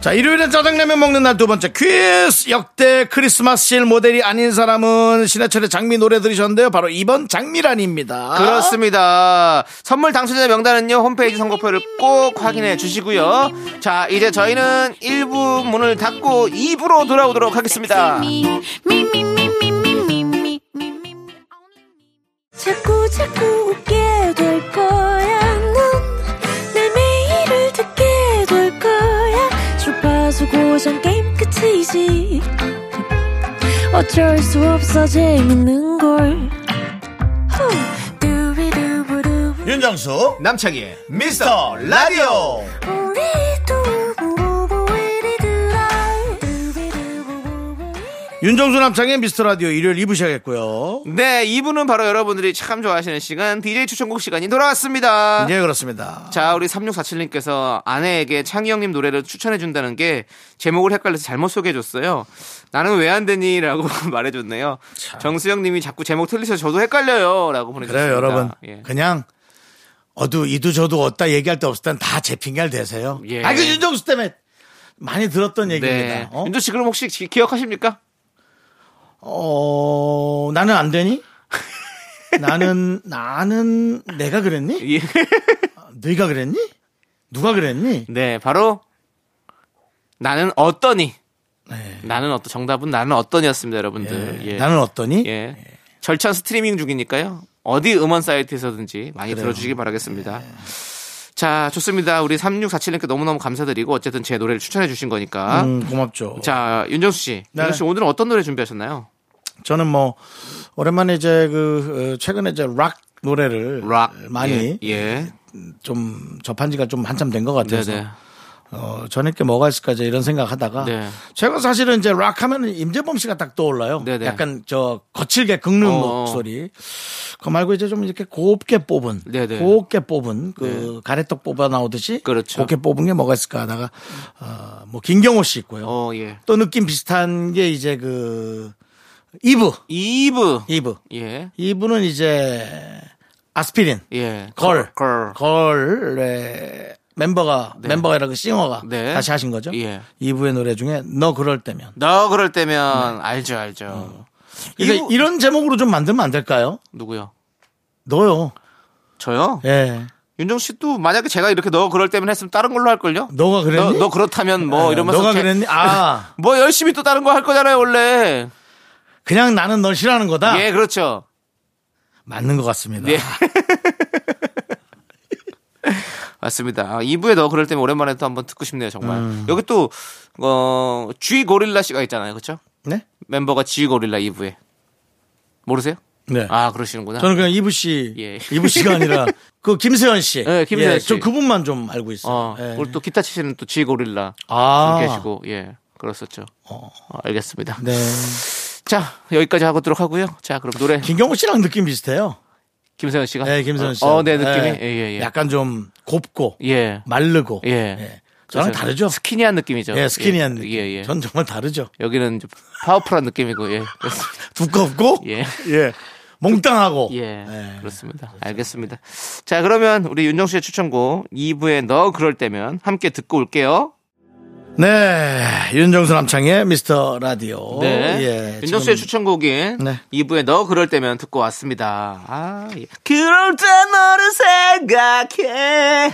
[SPEAKER 1] 자, 일요일엔 짜장라면 먹는 날 두 번째 퀴즈. 역대 크리스마스 실 모델이 아닌 사람은 신해철의 장미 노래 들으셨는데요. 바로 2번 장미란입니다.
[SPEAKER 2] 그렇습니다. 선물 당첨자 명단은요, 홈페이지 선거표를 꼭 확인해 주시고요. 자, 이제 저희는 1부 문을 닫고 2부로 돌아오도록 하겠습니다.
[SPEAKER 6] 자꾸 자꾸 웃게 될 거야. 넌내 매일을 듣게 될 거야. 주파수 고정 게임 끝이지. 어쩔 수 없어 재밌는 걸. 후. 두비두부두.
[SPEAKER 1] 윤정수,
[SPEAKER 2] 남창희의
[SPEAKER 1] 미스터 라디오.
[SPEAKER 6] 우리 두부부부 우리 두라. 두비두부부부 우리
[SPEAKER 1] 윤정수 남창의 미스터 라디오 일요일 2부 시작했고요.
[SPEAKER 2] 네, 2부는 바로 여러분들이 참 좋아하시는 시간, DJ 추천곡 시간이 돌아왔습니다.
[SPEAKER 1] 예, 그렇습니다.
[SPEAKER 2] 자, 우리 3647님께서 아내에게 창희 형님 노래를 추천해준다는 게 제목을 헷갈려서 잘못 소개해줬어요. 나는 왜 안 되니? 라고 말해줬네요. 정수영 님이 자꾸 제목 틀리셔서 저도 헷갈려요. 라고
[SPEAKER 1] 그래요,
[SPEAKER 2] 보내주셨습니다.
[SPEAKER 1] 여러분.
[SPEAKER 2] 예.
[SPEAKER 1] 그냥 어두 이두 저두 어따 얘기할 때 없을 땐 다 제 핑계를 대세요.
[SPEAKER 2] 예.
[SPEAKER 1] 아, 그 윤정수 때문에 많이 들었던
[SPEAKER 2] 네.
[SPEAKER 1] 얘기입니다. 어?
[SPEAKER 2] 윤조 씨 그럼 혹시 기, 기억하십니까?
[SPEAKER 1] 어, 나는 안 되니? 나는 나는 내가 그랬니? 아,
[SPEAKER 2] 예.
[SPEAKER 1] 네가 그랬니? 누가 그랬니?
[SPEAKER 2] 네, 바로 나는 어떠니? 나는 어떠 정답은 나는 어떠니였습니다, 여러분들. 예.
[SPEAKER 1] 네. 나는 어떠니?
[SPEAKER 2] 예. 절찬 스트리밍 중이니까요. 어디 음원 사이트에서든지 많이 들어주시기 바라겠습니다.
[SPEAKER 1] 예.
[SPEAKER 2] 자, 좋습니다. 우리 3647님께 너무너무 감사드리고 어쨌든 제 노래를 추천해 주신 거니까.
[SPEAKER 1] 음, 고맙죠.
[SPEAKER 2] 자, 윤정수 씨.
[SPEAKER 1] 네.
[SPEAKER 2] 윤정수 씨 오늘은 어떤 노래 준비하셨나요?
[SPEAKER 1] 저는 뭐 오랜만에 이제 그 어, 최근에 이제 락 노래를
[SPEAKER 2] 락
[SPEAKER 1] 네, 많이
[SPEAKER 2] 예, 예.
[SPEAKER 1] 좀 접한 지가 좀 한참 된 것 같아서
[SPEAKER 2] 네네.
[SPEAKER 1] 어, 전에 게 뭐가 있을까 이제 이런 생각하다가
[SPEAKER 2] 네.
[SPEAKER 1] 제가 사실은 이제 락 하면 임재범 씨가 딱 떠올라요.
[SPEAKER 2] 네네.
[SPEAKER 1] 약간 저 거칠게 긁는
[SPEAKER 2] 어.
[SPEAKER 1] 목소리. 그거 말고 이제 좀 이렇게 곱게 뽑은
[SPEAKER 2] 네네. 네.
[SPEAKER 1] 곱게 뽑은 그 가래떡 뽑아 나오듯이
[SPEAKER 2] 그렇죠.
[SPEAKER 1] 곱게 뽑은 게 뭐가 있을까 하다가 어, 뭐 김경호 씨 있고요.
[SPEAKER 2] 어, 예.
[SPEAKER 1] 또 느낌 비슷한 게 이제 그 이브
[SPEAKER 2] 이브.
[SPEAKER 1] 이브
[SPEAKER 2] 예.
[SPEAKER 1] 이브는 이제 아스피린
[SPEAKER 2] 예.
[SPEAKER 1] 걸.
[SPEAKER 2] 걸.
[SPEAKER 1] 걸의 멤버가 멤버가 아니라 그 싱어가
[SPEAKER 2] 네.
[SPEAKER 1] 다시 하신 거죠.
[SPEAKER 2] 예.
[SPEAKER 1] 이부의 노래 중에 너 그럴 때면.
[SPEAKER 2] 너 그럴 때면
[SPEAKER 1] 네.
[SPEAKER 2] 알죠, 알죠.
[SPEAKER 1] 그러니까
[SPEAKER 2] 이브-
[SPEAKER 1] 이런 제목으로 좀 만들면 안 될까요?
[SPEAKER 2] 누구요?
[SPEAKER 1] 너요.
[SPEAKER 2] 저요?
[SPEAKER 1] 예.
[SPEAKER 2] 윤정 씨도 만약에 제가 이렇게 너 그럴 때면 했으면 다른 걸로 할 걸요?
[SPEAKER 1] 너가
[SPEAKER 2] 너,
[SPEAKER 1] 그랬니?
[SPEAKER 2] 너 그렇다면 뭐
[SPEAKER 1] 예,
[SPEAKER 2] 이러면서
[SPEAKER 1] 너가
[SPEAKER 2] 이렇게
[SPEAKER 1] 그랬니? 아,
[SPEAKER 2] 뭐 열심히 또 다른 거 할 거잖아요, 원래.
[SPEAKER 1] 그냥 나는 널 싫어하는 거다.
[SPEAKER 2] 예, 그렇죠.
[SPEAKER 1] 맞는 것 같습니다.
[SPEAKER 2] 네. 맞습니다. 아, 2부에 너 그럴 때면 오랜만에 또 한번 듣고 싶네요, 정말.
[SPEAKER 1] 음.
[SPEAKER 2] 여기 또, 어, G 고릴라 씨가 있잖아요, 그렇죠
[SPEAKER 1] 네?
[SPEAKER 2] 멤버가 G 고릴라 2부에. 모르세요?
[SPEAKER 1] 네.
[SPEAKER 2] 아, 그러시는구나.
[SPEAKER 1] 저는 그냥 이부 씨,
[SPEAKER 2] 예.
[SPEAKER 1] 이부 씨가 아니라 그 김세현 씨.
[SPEAKER 2] 예, 김세현
[SPEAKER 1] 예,
[SPEAKER 2] 씨.
[SPEAKER 1] 저 그분만 좀 알고 있어요.
[SPEAKER 2] 어,
[SPEAKER 1] 예.
[SPEAKER 2] 오늘 또 기타 치시는 또 G 고릴라
[SPEAKER 1] 아.
[SPEAKER 2] 분 계시고, 예. 그렇었죠. 어, 알겠습니다.
[SPEAKER 1] 네.
[SPEAKER 2] 자, 여기까지 하도록 하고요. 자, 그럼 노래
[SPEAKER 1] 김경호 씨랑 느낌 비슷해요.
[SPEAKER 2] 김세현 씨가.
[SPEAKER 1] 네, 김선 씨.
[SPEAKER 2] 어, 어, 네, 느낌이. 예, 예, 예.
[SPEAKER 1] 약간 좀 곱고
[SPEAKER 2] 예.
[SPEAKER 1] 마르고.
[SPEAKER 2] 예.
[SPEAKER 1] 예. 저랑
[SPEAKER 2] 그래서
[SPEAKER 1] 다르죠.
[SPEAKER 2] 스키니한 느낌이죠.
[SPEAKER 1] 예, 스키니한 느낌.
[SPEAKER 2] 예, 예.
[SPEAKER 1] 전 정말 다르죠.
[SPEAKER 2] 여기는 이제 파워풀한 느낌이고, 예. 그렇습니다.
[SPEAKER 1] 두껍고
[SPEAKER 2] 예.
[SPEAKER 1] 예. 몽땅하고.
[SPEAKER 2] 예,
[SPEAKER 1] 예.
[SPEAKER 2] 그렇습니다. 알겠습니다. 자, 그러면 우리 윤정 씨의 추천곡 2부에 너 그럴 때면 함께 듣고 올게요.
[SPEAKER 1] 네. 윤정수 남창의 미스터 라디오.
[SPEAKER 2] 네.
[SPEAKER 1] 예.
[SPEAKER 2] 윤정
[SPEAKER 1] 지금
[SPEAKER 2] 씨의 추천곡인
[SPEAKER 1] 네.
[SPEAKER 2] 2부에 너 그럴 때면 듣고 왔습니다. 아, 예. 그럴 때 너를 생각해.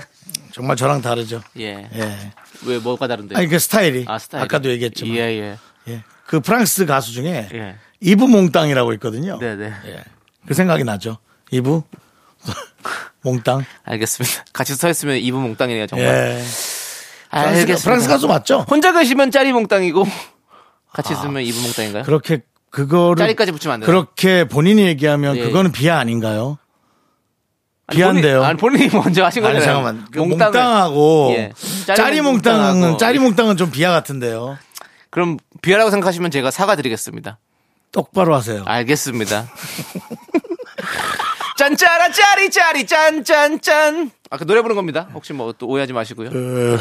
[SPEAKER 1] 정말 저랑 다르죠.
[SPEAKER 2] 예.
[SPEAKER 1] 예.
[SPEAKER 2] 왜 뭐가 다른데요?
[SPEAKER 1] 아니 그 스타일이,
[SPEAKER 2] 아, 스타일.
[SPEAKER 1] 까도 얘기했지만
[SPEAKER 2] 예,
[SPEAKER 1] 예.
[SPEAKER 2] 예.
[SPEAKER 1] 그 프랑스 가수 중에
[SPEAKER 2] 예.
[SPEAKER 1] 이브 몽땅이라고 있거든요.
[SPEAKER 2] 네, 네.
[SPEAKER 1] 예. 그 생각이 나죠. 이브 몽땅.
[SPEAKER 2] 알겠습니다. 같이 서 있으면 2부 몽땅이네요, 정말.
[SPEAKER 1] 예. 프랑스,
[SPEAKER 2] 알겠습니다.
[SPEAKER 1] 프랑스 가수 아. 맞죠?
[SPEAKER 2] 혼자 계시면 짜리 몽땅이고 같이 있으면 2부 몽땅인가요?
[SPEAKER 1] 그렇게 그거를
[SPEAKER 2] 짜리까지 붙이면 안 돼요.
[SPEAKER 1] 그렇게 본인이 얘기하면
[SPEAKER 2] 예,
[SPEAKER 1] 그거는 비하 아닌가요?
[SPEAKER 2] 아니, 본인-
[SPEAKER 1] 비한데요.
[SPEAKER 2] 아니, 본인이 먼저 하신
[SPEAKER 1] 아니
[SPEAKER 2] 거잖아요.
[SPEAKER 1] 잠깐만 그
[SPEAKER 2] 몽땅을.
[SPEAKER 1] 몽땅하고
[SPEAKER 2] 예.
[SPEAKER 1] 짜리 몽땅은
[SPEAKER 2] 몽땅하고.
[SPEAKER 1] 짜리 몽땅은 좀 비하 같은데요.
[SPEAKER 2] 그럼 비하라고 생각하시면 제가 사과드리겠습니다.
[SPEAKER 1] 똑바로 하세요.
[SPEAKER 2] 아. 알겠습니다. 짠짜라 짜리 짜리 짠짠짠. 아까 그 노래 부른 겁니다. 혹시 뭐 또 오해하지 마시고요.
[SPEAKER 1] 그...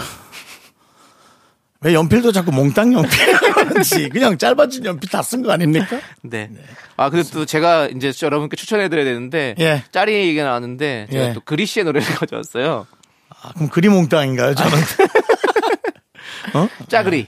[SPEAKER 1] 왜 연필도 자꾸 몽땅 연필인지 그냥 짧아진 연필 다 쓴 거 아닙니까?
[SPEAKER 2] 네. 아 근데 또 제가 이제 여러분께 추천해드려야 되는데
[SPEAKER 1] 예.
[SPEAKER 2] 짜리 얘기가 나왔는데 제가
[SPEAKER 1] 예.
[SPEAKER 2] 또 그리시의 노래를 가져왔어요.
[SPEAKER 1] 아, 그럼 그리 몽땅인가요?
[SPEAKER 2] 아,
[SPEAKER 1] 저는
[SPEAKER 2] 네. 짜그리.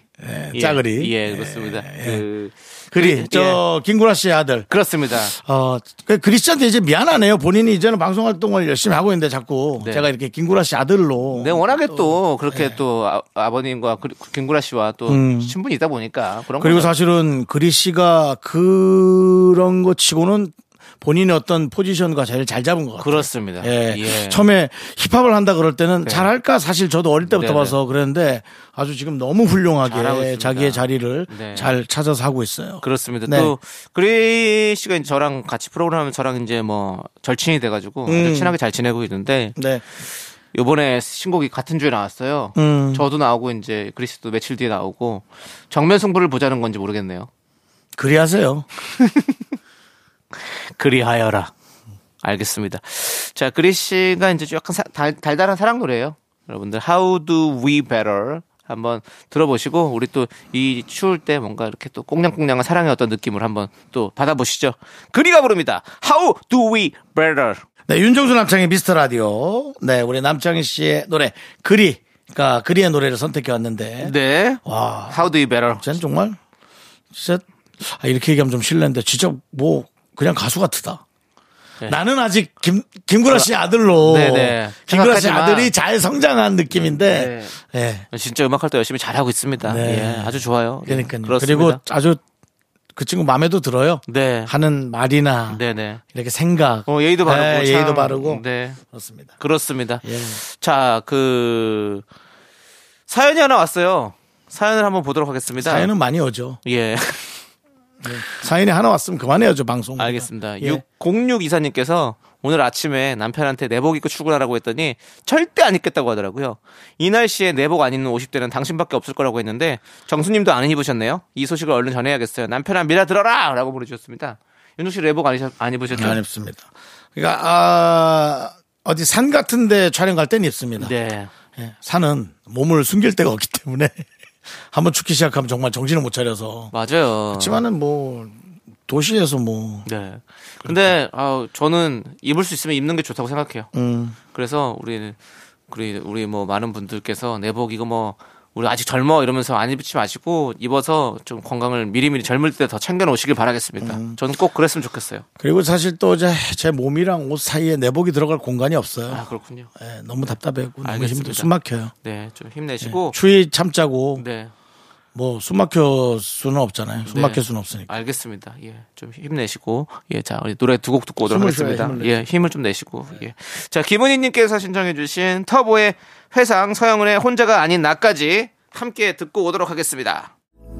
[SPEAKER 1] 예, 짜그리.
[SPEAKER 2] 예, 그렇습니다. 그, 예,
[SPEAKER 1] 그리 저 김구라 씨의 아들.
[SPEAKER 2] 그렇습니다.
[SPEAKER 1] 어, 그 그리스한테 이제 미안하네요. 본인이 이제는 방송 활동을 열심히 하고 있는데 자꾸
[SPEAKER 2] 네.
[SPEAKER 1] 제가 이렇게 김구라 씨 아들로
[SPEAKER 2] 네, 워낙에 또,
[SPEAKER 1] 예.
[SPEAKER 2] 그렇게 또 아, 버님과 김구라 씨와 또 친분이 있다 보니까 그런
[SPEAKER 1] 음. 그리고
[SPEAKER 2] 거죠.
[SPEAKER 1] 사실은 그리 씨가 그런 거 치고는 본인의 어떤 포지션과 제일 잘 잡은 것 같아요.
[SPEAKER 2] 그렇습니다.
[SPEAKER 1] 예.
[SPEAKER 2] 예. 네.
[SPEAKER 1] 처음에 힙합을 한다 그럴 때는 잘할까 사실 저도 어릴 때부터
[SPEAKER 2] 네네.
[SPEAKER 1] 봐서 그랬는데 아주 지금 너무
[SPEAKER 2] 잘하고
[SPEAKER 1] 훌륭하게
[SPEAKER 2] 있습니다.
[SPEAKER 1] 자기의 자리를
[SPEAKER 2] 네.
[SPEAKER 1] 잘 찾아서 하고 있어요.
[SPEAKER 2] 그렇습니다.
[SPEAKER 1] 네.
[SPEAKER 2] 또 그리 씨가 이제 저랑 같이 프로그램하면 저랑 이제 뭐 절친이 돼가지고
[SPEAKER 1] 음.
[SPEAKER 2] 아주 친하게 잘 지내고 있는데
[SPEAKER 1] 네.
[SPEAKER 2] 요번에 신곡이 같은 주에 나왔어요.
[SPEAKER 1] 음.
[SPEAKER 2] 저도 나오고 이제 그리 씨도 며칠 뒤에 나오고 정면 승부를 보자는 건지 모르겠네요.
[SPEAKER 1] 그리 하세요.
[SPEAKER 2] 그리하여라. 알겠습니다. 자, 그리 씨가 이제 약간 사- 달, 달달한 사랑 노래예요. 여러분들 How Do We Better 한번 들어보시고 우리 또 이 추울 때 뭔가 이렇게 또 꽁냥꽁냥한 사랑의 어떤 느낌을 한번 또 받아보시죠. 그리가 부릅니다. How Do We Better.
[SPEAKER 1] 네, 윤종수 남창의 미스터 라디오. 네, 우리 남창희 씨의 노래 그리. 그러니까 그리의 노래를 선택해 왔는데
[SPEAKER 2] 네.
[SPEAKER 1] 와.
[SPEAKER 2] How Do You Better.
[SPEAKER 1] 쟤는 정말 진짜 아, 이렇게 얘기하면 좀 실례인데 진짜 뭐 그냥 가수 같으다. 나는 아직 김 김구라 씨 아들로
[SPEAKER 2] 네. 네네.
[SPEAKER 1] 김구라 씨
[SPEAKER 2] 생각하지만- 네.
[SPEAKER 1] 아들이 잘 성장한 느낌인데 예
[SPEAKER 2] 진짜 음악할 때 열심히 잘하고 있습니다.
[SPEAKER 1] 네.
[SPEAKER 2] 예, 아주 좋아요. 예,
[SPEAKER 1] 그러니까요.
[SPEAKER 2] 그렇습니다.
[SPEAKER 1] 그리고 아주 그 친구 마음에도 들어요.
[SPEAKER 2] 네.
[SPEAKER 1] 하는 말이나
[SPEAKER 2] 네네.
[SPEAKER 1] 이렇게 생각,
[SPEAKER 2] 어, 예의도 바르고.
[SPEAKER 1] 예, 예의도
[SPEAKER 2] 참,
[SPEAKER 1] 바르고
[SPEAKER 2] 네.
[SPEAKER 1] 그렇습니다.
[SPEAKER 2] 그렇습니다.
[SPEAKER 1] 예.
[SPEAKER 2] 자, 그 사연이 하나 왔어요. 사연을 한번 보도록 하겠습니다.
[SPEAKER 1] 사연은 많이 오죠.
[SPEAKER 2] 예.
[SPEAKER 1] 사연이 하나 왔으면 그만해야죠 방송.
[SPEAKER 2] 알겠습니다.
[SPEAKER 1] 예.
[SPEAKER 2] 606 이사님께서 오늘 아침에 남편한테 내복 입고 출근하라고 했더니 절대 안 입겠다고 하더라고요. 이 날씨에 내복 안 입는 50대는 당신밖에 없을 거라고 했는데 정수님도 안 입으셨네요. 이 소식을 얼른 전해야겠어요. 남편아 미라 들어라! 라고 보내주셨습니다. 윤종 씨 내복 안, 입으셨, 안 입으셨죠?
[SPEAKER 1] 안 입습니다. 그러니까 아, 어디 산 같은데 촬영 갈 때는 입습니다.
[SPEAKER 2] 네.
[SPEAKER 1] 예, 산은 몸을 숨길 데가 없기 때문에 한번 춥기 시작하면 정말 정신을 못 차려서.
[SPEAKER 2] 맞아요.
[SPEAKER 1] 그렇지만은 뭐 도시에서 뭐
[SPEAKER 2] 네. 근데 아 저는 입을 수 있으면 입는 게 좋다고 생각해요. 그래서 우리 우리 우리 뭐 많은 분들께서 내복 이거 뭐 우리 아직 젊어 이러면서 안 입지 마시고 입어서 좀 건강을 미리미리 젊을 때 더 챙겨 놓으시길 바라겠습니다. 저는 꼭 그랬으면 좋겠어요.
[SPEAKER 1] 그리고 사실 또 제 제 몸이랑 옷 사이에 내복이 들어갈 공간이 없어요.
[SPEAKER 2] 아 그렇군요.
[SPEAKER 1] 예, 너무 답답하고 너무
[SPEAKER 2] 알겠습니다.
[SPEAKER 1] 힘들 숨 막혀요.
[SPEAKER 2] 네, 좀
[SPEAKER 1] 예,
[SPEAKER 2] 힘내시고.
[SPEAKER 1] 추위 참자고
[SPEAKER 2] 네,
[SPEAKER 1] 뭐 숨 막혀 수는 없잖아요. 숨
[SPEAKER 2] 네.
[SPEAKER 1] 막힐 수는 없으니까.
[SPEAKER 2] 알겠습니다. 예, 좀 힘내시고. 예, 자, 우리 노래 두 곡 듣고 오도록
[SPEAKER 1] 힘을 줘요,
[SPEAKER 2] 하겠습니다.
[SPEAKER 1] 힘을
[SPEAKER 2] 예, 힘을 좀 내시고. 예. 자, 김은희님께서 신청해주신 터보의 회상 서영은의 혼자가 아닌 나까지 함께 듣고 오도록 하겠습니다.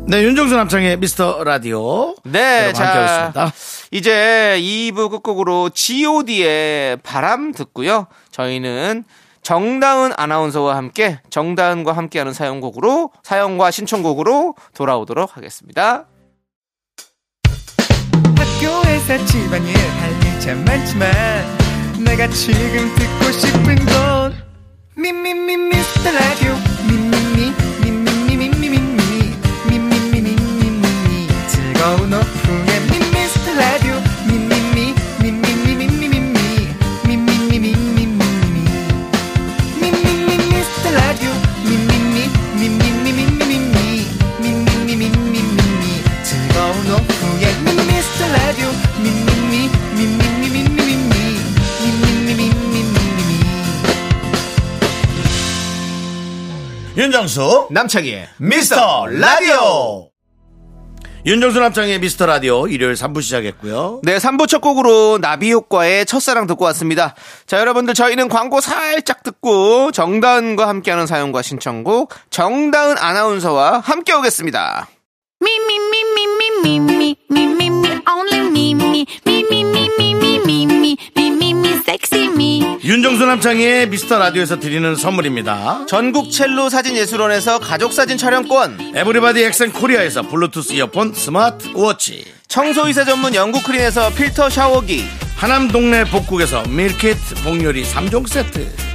[SPEAKER 1] 네, 윤정수 남창의 미스터 라디오.
[SPEAKER 2] 네,
[SPEAKER 1] 여러분
[SPEAKER 2] 자,
[SPEAKER 1] 함께하겠습니다.
[SPEAKER 2] 이제 2부 끝곡으로 G.O.D의 바람 듣고요. 저희는 정다은 아나운서와 함께 정다은과 함께하는 사연곡으로 사연과 신청곡으로 돌아오도록 하겠습니다.
[SPEAKER 7] 학교에서 집안일 할 일 참 많지만 내가 지금 듣고 싶은 건 미미미 미스터 라디오 미미미 미미미 미미미 미미미 미미미 즐거운 오후에 미스터 라디오 미미미 미미미 미미미 미미미 미미미
[SPEAKER 1] 윤정수
[SPEAKER 2] 남창희의
[SPEAKER 1] 미스터 라디오. 윤정수 남창의 미스터 라디오 일요일 3부 시작했고요.
[SPEAKER 2] 네, 3부 첫 곡으로 나비효과의 첫사랑 듣고 왔습니다. 자, 여러분들 저희는 광고 살짝 듣고 정다은과 함께하는 사연과 신청곡 정다은 아나운서와 함께 오겠습니다.
[SPEAKER 6] Me, me, me, me, me, me, me, me, me, me, only me, me, me, me, me, me, me, me, me, me, me, me, sexy me.
[SPEAKER 1] 윤정수 남창의 미스터 라디오에서 드리는 선물입니다.
[SPEAKER 2] 전국 첼로 사진예술원에서 가족사진 촬영권
[SPEAKER 1] 에브리바디 엑센 코리아에서 블루투스 이어폰 스마트 워치.
[SPEAKER 2] 청소이사 전문 영국크린에서 필터 샤워기
[SPEAKER 1] 하남 동네 복국에서 밀키트 복요리 3종 세트.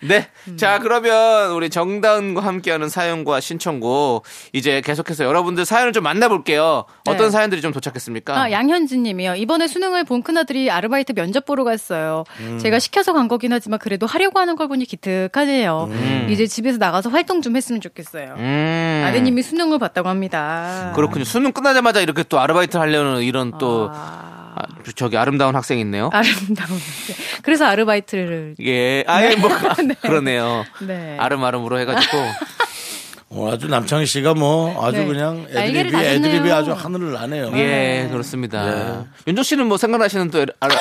[SPEAKER 2] 네.
[SPEAKER 4] 음.
[SPEAKER 2] 자, 그러면 우리 정다은과 함께하는 사연과 신청곡 이제 계속해서 여러분들 사연을 좀 만나볼게요. 어떤
[SPEAKER 4] 네.
[SPEAKER 2] 사연들이 좀 도착했습니까?
[SPEAKER 4] 아, 양현진님이요. 이번에 수능을 본 큰아들이 아르바이트 면접 보러 갔어요.
[SPEAKER 2] 음.
[SPEAKER 4] 제가 시켜서 간 거긴 하지만 그래도 하려고 하는 걸 보니 기특하네요. 이제 집에서 나가서 활동 좀 했으면 좋겠어요.
[SPEAKER 2] 음.
[SPEAKER 4] 아드님이 네. 수능을 봤다고 합니다.
[SPEAKER 2] 그렇군요. 수능 끝나자마자 이렇게 또 아르바이트를 하려는 이런 또 아, 저기 아름다운 학생이 있네요.
[SPEAKER 4] 아름다운. 그래서 아르바이트를.
[SPEAKER 2] 예. 아예 뭐
[SPEAKER 4] 네.
[SPEAKER 2] 그러네요.
[SPEAKER 4] 네.
[SPEAKER 2] 아름아름으로 해 가지고
[SPEAKER 1] 어, 아주 남창희 씨가 뭐 아주
[SPEAKER 4] 네.
[SPEAKER 1] 그냥
[SPEAKER 4] 날개를
[SPEAKER 1] 애드립이
[SPEAKER 4] 다 줬네요.
[SPEAKER 1] 애드립이 아주 하늘을 나네요. 네.
[SPEAKER 2] 예, 그렇습니다. 윤종 씨는 뭐 생각나시는 또 아르,